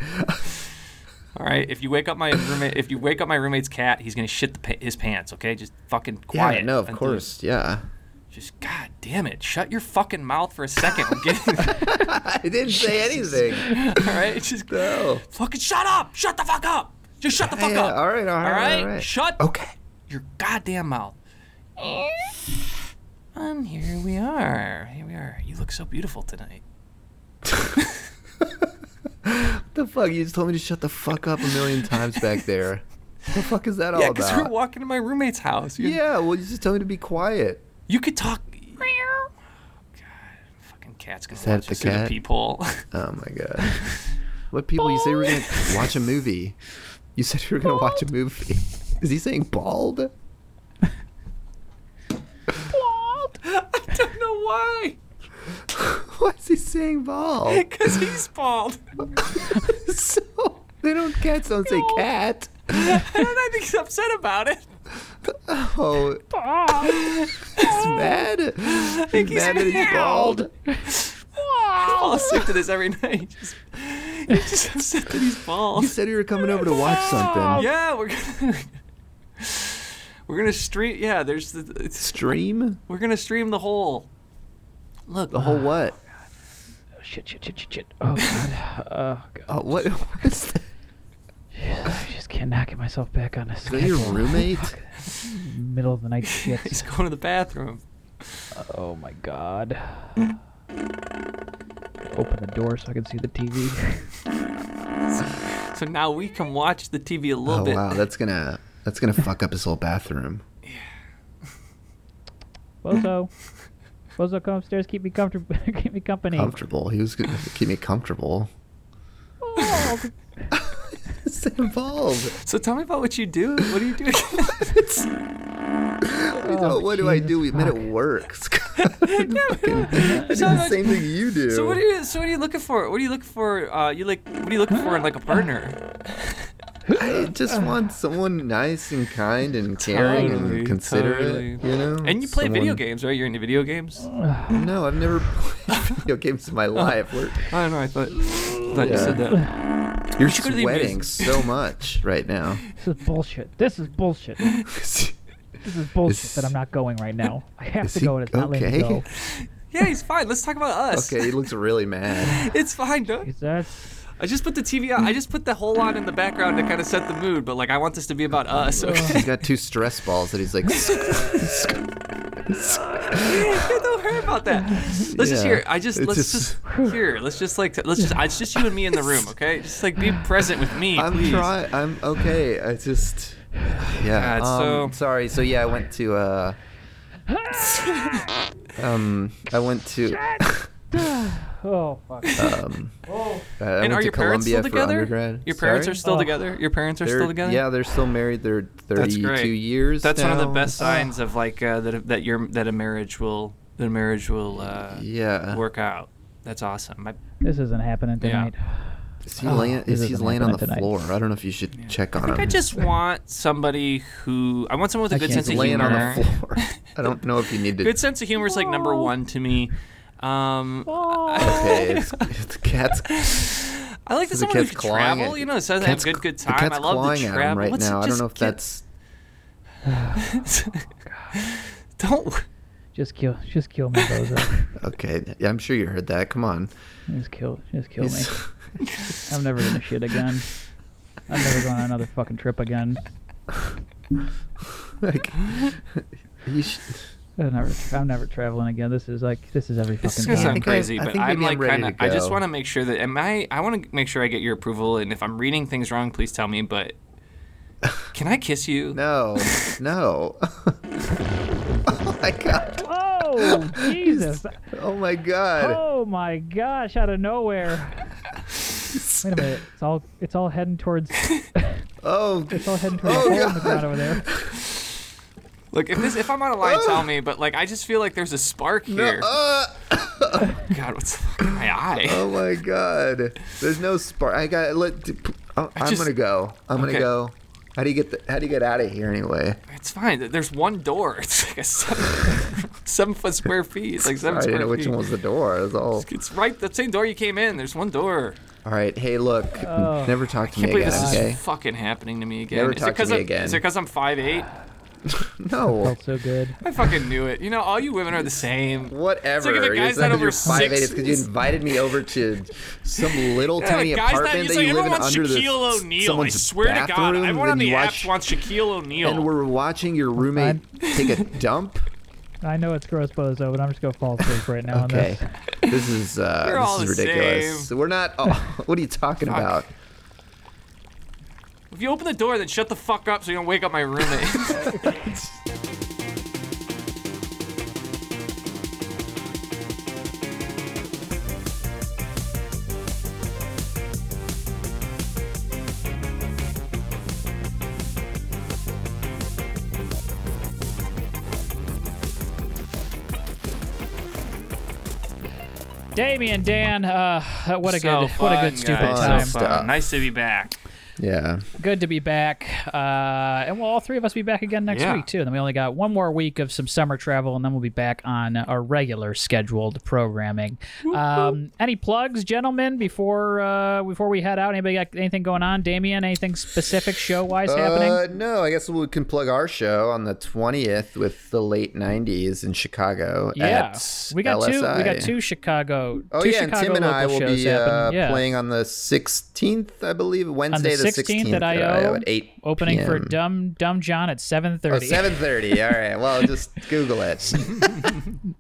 Speaker 2: All right. If you wake up my roommate, if you wake up my roommate's cat, he's gonna shit the pa- his pants. Okay, just fucking
Speaker 3: Yeah.
Speaker 2: quiet.
Speaker 3: no. Of
Speaker 2: until-
Speaker 3: course. Yeah. *laughs*
Speaker 2: Just god damn it, shut your fucking mouth for a second. We're
Speaker 3: *laughs*
Speaker 2: getting *laughs*
Speaker 3: I didn't say anything. *laughs*
Speaker 2: all right. Just
Speaker 3: No.
Speaker 2: fucking shut up. Shut the fuck up. Just shut the fuck
Speaker 3: Yeah,
Speaker 2: up.
Speaker 3: all right, all right, all right. Oh.
Speaker 2: Shut
Speaker 3: Okay.
Speaker 2: your goddamn mouth. And here we are. Here we are. You look so beautiful tonight.
Speaker 3: What the fuck? You just told me to shut the fuck up a million times back there. What the fuck is that
Speaker 2: *laughs*
Speaker 3: all
Speaker 2: Yeah, because
Speaker 3: about?
Speaker 2: we're walking to my roommate's house. You,
Speaker 3: yeah. Well, you just told me to be quiet.
Speaker 2: You could talk. God, fucking cat's gonna
Speaker 3: that
Speaker 2: watch
Speaker 3: the
Speaker 2: us through the
Speaker 3: cat?
Speaker 2: peephole. *laughs*
Speaker 3: Oh my god. What people? You say we were gonna watch a movie. You said we were gonna watch a movie. Is he saying bald?
Speaker 2: bald. I don't know why.
Speaker 3: *laughs* Why is he saying
Speaker 2: *laughs*
Speaker 3: bald? *laughs*
Speaker 2: Because he's bald.
Speaker 3: so they don't cats don't say
Speaker 2: *laughs*
Speaker 3: cat.
Speaker 2: And I think he's upset about it.
Speaker 3: Oh, he's mad. He's
Speaker 2: he's
Speaker 3: mad that he's bald.
Speaker 2: I fall asleep to this every night. Just, he's just upset that he's bald.
Speaker 3: You said we were coming over to watch something.
Speaker 2: Yeah, we're gonna we're gonna stream. Yeah, there's the it's,
Speaker 3: Stream
Speaker 2: we're gonna stream the whole. Look,
Speaker 3: the whole what?
Speaker 1: Shit! Shit! Shit! Shit! Shit! Oh god! Oh god!
Speaker 3: Oh, what? *laughs* what is that? *laughs*
Speaker 1: I just cannot get myself back on this.
Speaker 3: Is that your roommate?
Speaker 1: Middle of the night shit.
Speaker 2: he's going to the bathroom.
Speaker 1: Oh my god. Open the door so I can see the TV.
Speaker 2: So now we can watch the TV a little
Speaker 3: *laughs* Oh
Speaker 2: bit.
Speaker 3: wow, that's gonna that's gonna fuck up his whole bathroom.
Speaker 1: *laughs* Bozo. Bozo, come upstairs. Keep me comfortable. *laughs* keep me company.
Speaker 3: Comfortable. He was gonna keep me comfortable. *laughs* It's involved.
Speaker 2: So tell me about what you do. What do you do? *laughs*
Speaker 3: It's,
Speaker 1: Oh,
Speaker 3: what do I do?
Speaker 1: Jesus,
Speaker 3: We met at
Speaker 1: fuck.
Speaker 3: work.
Speaker 2: *laughs*
Speaker 3: *laughs* Fucking- I *laughs* did the same thing you do.
Speaker 2: so what are you? So what are you looking for? What are you looking for? Uh, you like? What are you looking for in like a partner?
Speaker 3: I just want someone nice and kind and caring
Speaker 2: Totally,
Speaker 3: and considerate,
Speaker 2: totally.
Speaker 3: you know.
Speaker 2: And you play video
Speaker 3: Someone-
Speaker 2: games, right? You're into video games.
Speaker 3: No, I've never played *laughs* video games in my life. We're,
Speaker 2: I don't know. I thought, I thought you
Speaker 3: Yeah.
Speaker 2: said that.
Speaker 3: you're
Speaker 2: should go to the
Speaker 3: sweating
Speaker 2: amuse-
Speaker 3: so much right now.
Speaker 1: This is bullshit. This is bullshit. This is bullshit that I'm not going right now. I have
Speaker 3: Is
Speaker 1: to
Speaker 3: he
Speaker 1: go and it's not letting me
Speaker 3: okay?
Speaker 2: *laughs*
Speaker 1: go.
Speaker 2: *laughs* Yeah, he's fine. Let's talk about us.
Speaker 3: Okay, he looks really mad.
Speaker 2: *laughs* It's fine, do
Speaker 1: Is
Speaker 3: *laughs*
Speaker 1: that
Speaker 2: I just put the TV on. I just put the whole on in the background to kind of set the mood, but like I want this to be about us. Okay. *laughs*
Speaker 3: He's got two stress balls that he's like.
Speaker 2: Don't worry about that. Let's just
Speaker 3: Yeah.
Speaker 2: hear. I just
Speaker 3: It's
Speaker 2: let's just, here. Let's just like let's just. It's just you and me in the
Speaker 3: *laughs*
Speaker 2: room, okay? Just like be present with me,
Speaker 3: I'm
Speaker 2: please. *laughs*
Speaker 3: trying. I'm okay. I just. Yeah.
Speaker 2: God, so-
Speaker 3: um, Sorry. So yeah, I went to. uh Um, I went to.
Speaker 1: *sighs*
Speaker 3: *laughs*
Speaker 1: Oh fuck.
Speaker 3: Um, uh, I
Speaker 2: And
Speaker 3: went
Speaker 2: are
Speaker 3: to
Speaker 2: your parents
Speaker 3: Columbia
Speaker 2: still
Speaker 3: for
Speaker 2: together?
Speaker 3: undergrad.
Speaker 2: Your parents
Speaker 3: Sorry?
Speaker 2: are still
Speaker 1: Oh.
Speaker 2: together. Your parents are still
Speaker 3: They're-
Speaker 2: together.
Speaker 3: Yeah, they're still married. They're 32 years.
Speaker 2: That's one of the
Speaker 3: now. Oh.
Speaker 2: best signs of like uh, that that your that a marriage will that a marriage will uh,
Speaker 3: Yeah.
Speaker 2: work out. That's awesome. I,
Speaker 1: This isn't happening
Speaker 2: Yeah.
Speaker 1: tonight.
Speaker 3: Is he laying,
Speaker 1: this
Speaker 3: is he
Speaker 1: isn't
Speaker 3: laying on the
Speaker 1: happening tonight.
Speaker 3: floor? I don't know if you should check on
Speaker 2: I think
Speaker 3: him.
Speaker 2: I just want somebody who I want someone with a
Speaker 1: I
Speaker 2: good
Speaker 1: can't
Speaker 2: sense
Speaker 3: He's
Speaker 2: of
Speaker 3: laying
Speaker 2: humor.
Speaker 3: on the floor. I don't know if you need to.
Speaker 2: Good sense of humor is like number one to me. Um,
Speaker 3: *laughs* okay, it's, it's cat's.
Speaker 2: *laughs* I like that
Speaker 3: the
Speaker 2: someone who
Speaker 3: cat's
Speaker 2: can
Speaker 3: clawing
Speaker 2: travel.
Speaker 3: at-
Speaker 2: You know, says I have
Speaker 3: cat's
Speaker 2: good good
Speaker 3: cl- the
Speaker 2: time.
Speaker 3: cat's
Speaker 2: I love
Speaker 3: clawing
Speaker 2: to
Speaker 3: at him
Speaker 2: travel.
Speaker 3: right
Speaker 2: What's it
Speaker 3: now. I don't
Speaker 2: just
Speaker 3: know if
Speaker 2: get-
Speaker 3: that's.
Speaker 2: *laughs*
Speaker 3: Oh,
Speaker 2: don't. wor-
Speaker 1: Just kill. Just kill me,
Speaker 3: *laughs*
Speaker 1: Bozo.
Speaker 3: Okay, yeah, I'm sure you heard that. Come on.
Speaker 1: just kill. Just kill me.
Speaker 3: He's-
Speaker 1: I'm never gonna shit again. I'm never going on another fucking trip again.
Speaker 3: *laughs* like, you should.
Speaker 1: I'm never, I'm never traveling again. This is like this is every
Speaker 2: This is
Speaker 1: fucking
Speaker 2: gonna
Speaker 1: time.
Speaker 2: sound
Speaker 3: think I-
Speaker 2: crazy,
Speaker 3: I
Speaker 2: but
Speaker 3: think
Speaker 2: I'm
Speaker 3: maybe
Speaker 2: like
Speaker 3: I'm ready
Speaker 2: kind of.
Speaker 3: to
Speaker 2: I just
Speaker 3: go.
Speaker 2: want to make sure that am I? I want to make sure I get your approval, and if I'm reading things wrong, please tell me.
Speaker 3: *laughs*
Speaker 2: But can I kiss you?
Speaker 3: No, no. *laughs* oh my god.
Speaker 1: Oh
Speaker 2: *laughs*
Speaker 1: Jesus!
Speaker 3: Oh my god.
Speaker 1: Oh my
Speaker 2: *laughs*
Speaker 1: gosh! Out of nowhere. Wait a minute. It's all it's all heading towards
Speaker 3: Oh,
Speaker 1: It's all heading toward
Speaker 3: Oh,
Speaker 1: a hole in the
Speaker 3: God.
Speaker 1: ground over there.
Speaker 2: Look, if this if I'm on a line, tell me. But like, I just feel like there's a spark
Speaker 3: *laughs*
Speaker 2: here.
Speaker 3: uh,
Speaker 2: God, what's the fuck in my eye?
Speaker 3: oh my god. There's no spark. I got. Let, oh, I'm
Speaker 2: just-
Speaker 3: gonna go. I'm
Speaker 2: Okay.
Speaker 3: gonna go. How do you get the, How do you get out of here anyway?
Speaker 2: It's fine. There's one door. *laughs* It's like a seven, *laughs* seven foot square feet. It's like seven
Speaker 3: I
Speaker 2: square
Speaker 3: didn't know
Speaker 2: feet.
Speaker 3: which one was the door. That's all.
Speaker 2: It's right. The same door you came in. There's one door.
Speaker 3: All right. Hey, look.
Speaker 1: Oh.
Speaker 3: never talk to
Speaker 2: I
Speaker 3: me
Speaker 2: can't believe
Speaker 3: again.
Speaker 2: this
Speaker 3: okay.
Speaker 2: *laughs* is fucking happening to me again.
Speaker 3: Never
Speaker 2: is
Speaker 3: talk
Speaker 2: it
Speaker 3: to
Speaker 2: 'cause
Speaker 3: me
Speaker 2: I'm,
Speaker 3: again.
Speaker 2: Is it because I'm 5'8"?
Speaker 3: no.
Speaker 2: Oh.
Speaker 1: Felt so good.
Speaker 2: I fucking knew it. You know, all you women are the same.
Speaker 3: Whatever.
Speaker 2: It's like if a
Speaker 3: You're
Speaker 2: guy's
Speaker 3: saying
Speaker 2: not over
Speaker 3: you're 5'8",
Speaker 2: six-
Speaker 3: it's because you invited me over to some little
Speaker 2: Yeah,
Speaker 3: tiny
Speaker 2: the guy's not-
Speaker 3: apartment
Speaker 2: it's
Speaker 3: that
Speaker 2: like
Speaker 3: you live in
Speaker 2: everyone wants
Speaker 3: under
Speaker 2: Shaquille
Speaker 3: this
Speaker 2: O'Neal. I
Speaker 3: someone's
Speaker 2: swear to
Speaker 3: bathroom,
Speaker 2: God, everyone
Speaker 3: and
Speaker 2: on
Speaker 3: then
Speaker 2: the
Speaker 3: you
Speaker 2: apps
Speaker 3: watch-
Speaker 2: wants Shaquille O'Neal.
Speaker 3: And we're watching your roommate take a dump.
Speaker 1: I know it's gross, Bozo, but I'm just gonna fall asleep right now on
Speaker 3: Okay,
Speaker 1: this.
Speaker 3: *laughs* this is uh,
Speaker 2: We're
Speaker 3: this
Speaker 2: all
Speaker 3: is
Speaker 2: the
Speaker 3: ridiculous. We're not. Oh, *laughs* what are you talking
Speaker 2: Fuck.
Speaker 3: about?
Speaker 2: If you open the door, then shut the fuck up so you don't wake up my roommate.
Speaker 1: Damien, Dan, uh, what a
Speaker 2: So
Speaker 1: good, what a
Speaker 2: fun,
Speaker 1: good stupid
Speaker 2: guys.
Speaker 1: time.
Speaker 2: So
Speaker 3: Stuff.
Speaker 2: fun. Nice to be back.
Speaker 3: Yeah.
Speaker 1: good to be back. Uh, and we'll all three of us be back again next
Speaker 2: Yeah.
Speaker 1: week too. And then we only got one more week of some summer travel, and then we'll be back on our regular scheduled programming. Um, any plugs, gentlemen, before uh, before we head out? Anybody got anything going on? Damien, anything specific show wise happening?
Speaker 3: Uh, no, I guess we can plug our show on the twentieth with the late '90s in Chicago.
Speaker 1: Yeah,
Speaker 3: at
Speaker 1: we got two. We got
Speaker 3: LSI.
Speaker 1: two Chicago.
Speaker 3: Oh
Speaker 1: two
Speaker 3: yeah,
Speaker 1: Chicago
Speaker 3: and Tim and
Speaker 1: local
Speaker 3: I will
Speaker 1: shows
Speaker 3: be
Speaker 1: happening.
Speaker 3: uh,
Speaker 1: yeah.
Speaker 3: playing on the 16th, I believe,
Speaker 1: on the
Speaker 3: Wednesday the
Speaker 1: 16th
Speaker 3: 16th
Speaker 1: at IO,
Speaker 3: at 8
Speaker 1: opening for
Speaker 3: PM.
Speaker 1: Dumb Dumb John at seven
Speaker 3: Oh,
Speaker 1: thirty.
Speaker 3: 7:30. All right. Well, just
Speaker 1: *laughs*
Speaker 3: Google it.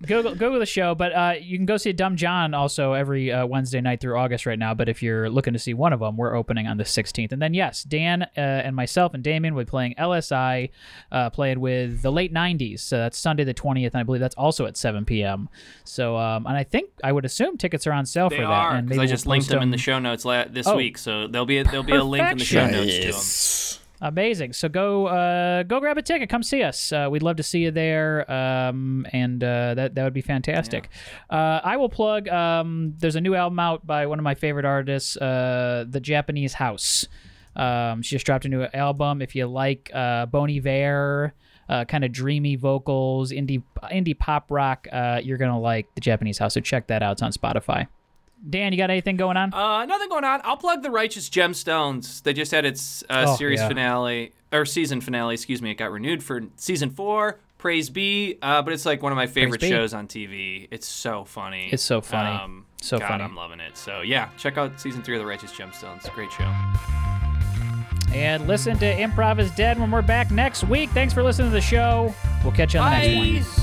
Speaker 1: Google Google the show, but uh, you can go see Dumb John also every uh, Wednesday night through August right now. But if you're looking to see one of them, we're opening on the 16th. And then yes, Dan uh, and myself and Damien will be playing LSI, uh, playing with the late 90s. So that's Sunday the 20th, and I believe that's also at 7 p.m. So um, and I think I would assume tickets are on sale
Speaker 2: They
Speaker 1: for that.
Speaker 2: are.
Speaker 1: and
Speaker 2: 'cause
Speaker 1: maybe
Speaker 2: I just
Speaker 1: we'll
Speaker 2: linked
Speaker 1: post
Speaker 2: them in the show notes la- this
Speaker 1: Oh.
Speaker 2: week, so there'll be a, there'll be a link in the show
Speaker 1: Perfection.
Speaker 2: notes to them.
Speaker 1: Amazing. So go uh, go grab a ticket. Come see us. Uh, we'd love to see you there, um, and uh, that that would be fantastic. Uh, I will plug. Um, there's a new album out by one of my favorite artists, uh, The Japanese House. Um, she just dropped a new album. If you like uh, Bon Iver, uh, kind of dreamy vocals, indie indie pop rock, uh, you're gonna like The Japanese House. So check that out. It's on Spotify. Dan, you got anything going on?
Speaker 2: Uh, nothing going on. I'll plug the Righteous Gemstones. They just had its uh,
Speaker 1: Oh,
Speaker 2: series
Speaker 1: yeah.
Speaker 2: finale or season finale. Excuse me. It got renewed for season four. Praise be. Uh, but it's like one of my favorite
Speaker 1: be.
Speaker 2: shows on TV. It's so funny. Um,
Speaker 1: It's so funny. So
Speaker 2: God,
Speaker 1: funny.
Speaker 2: I'm loving it. So yeah, check out season three of the Righteous Gemstones. Great show.
Speaker 1: And listen to Improv is Dead when we're back next week. Thanks for listening to the show. We'll catch you on the next one.
Speaker 2: Bye.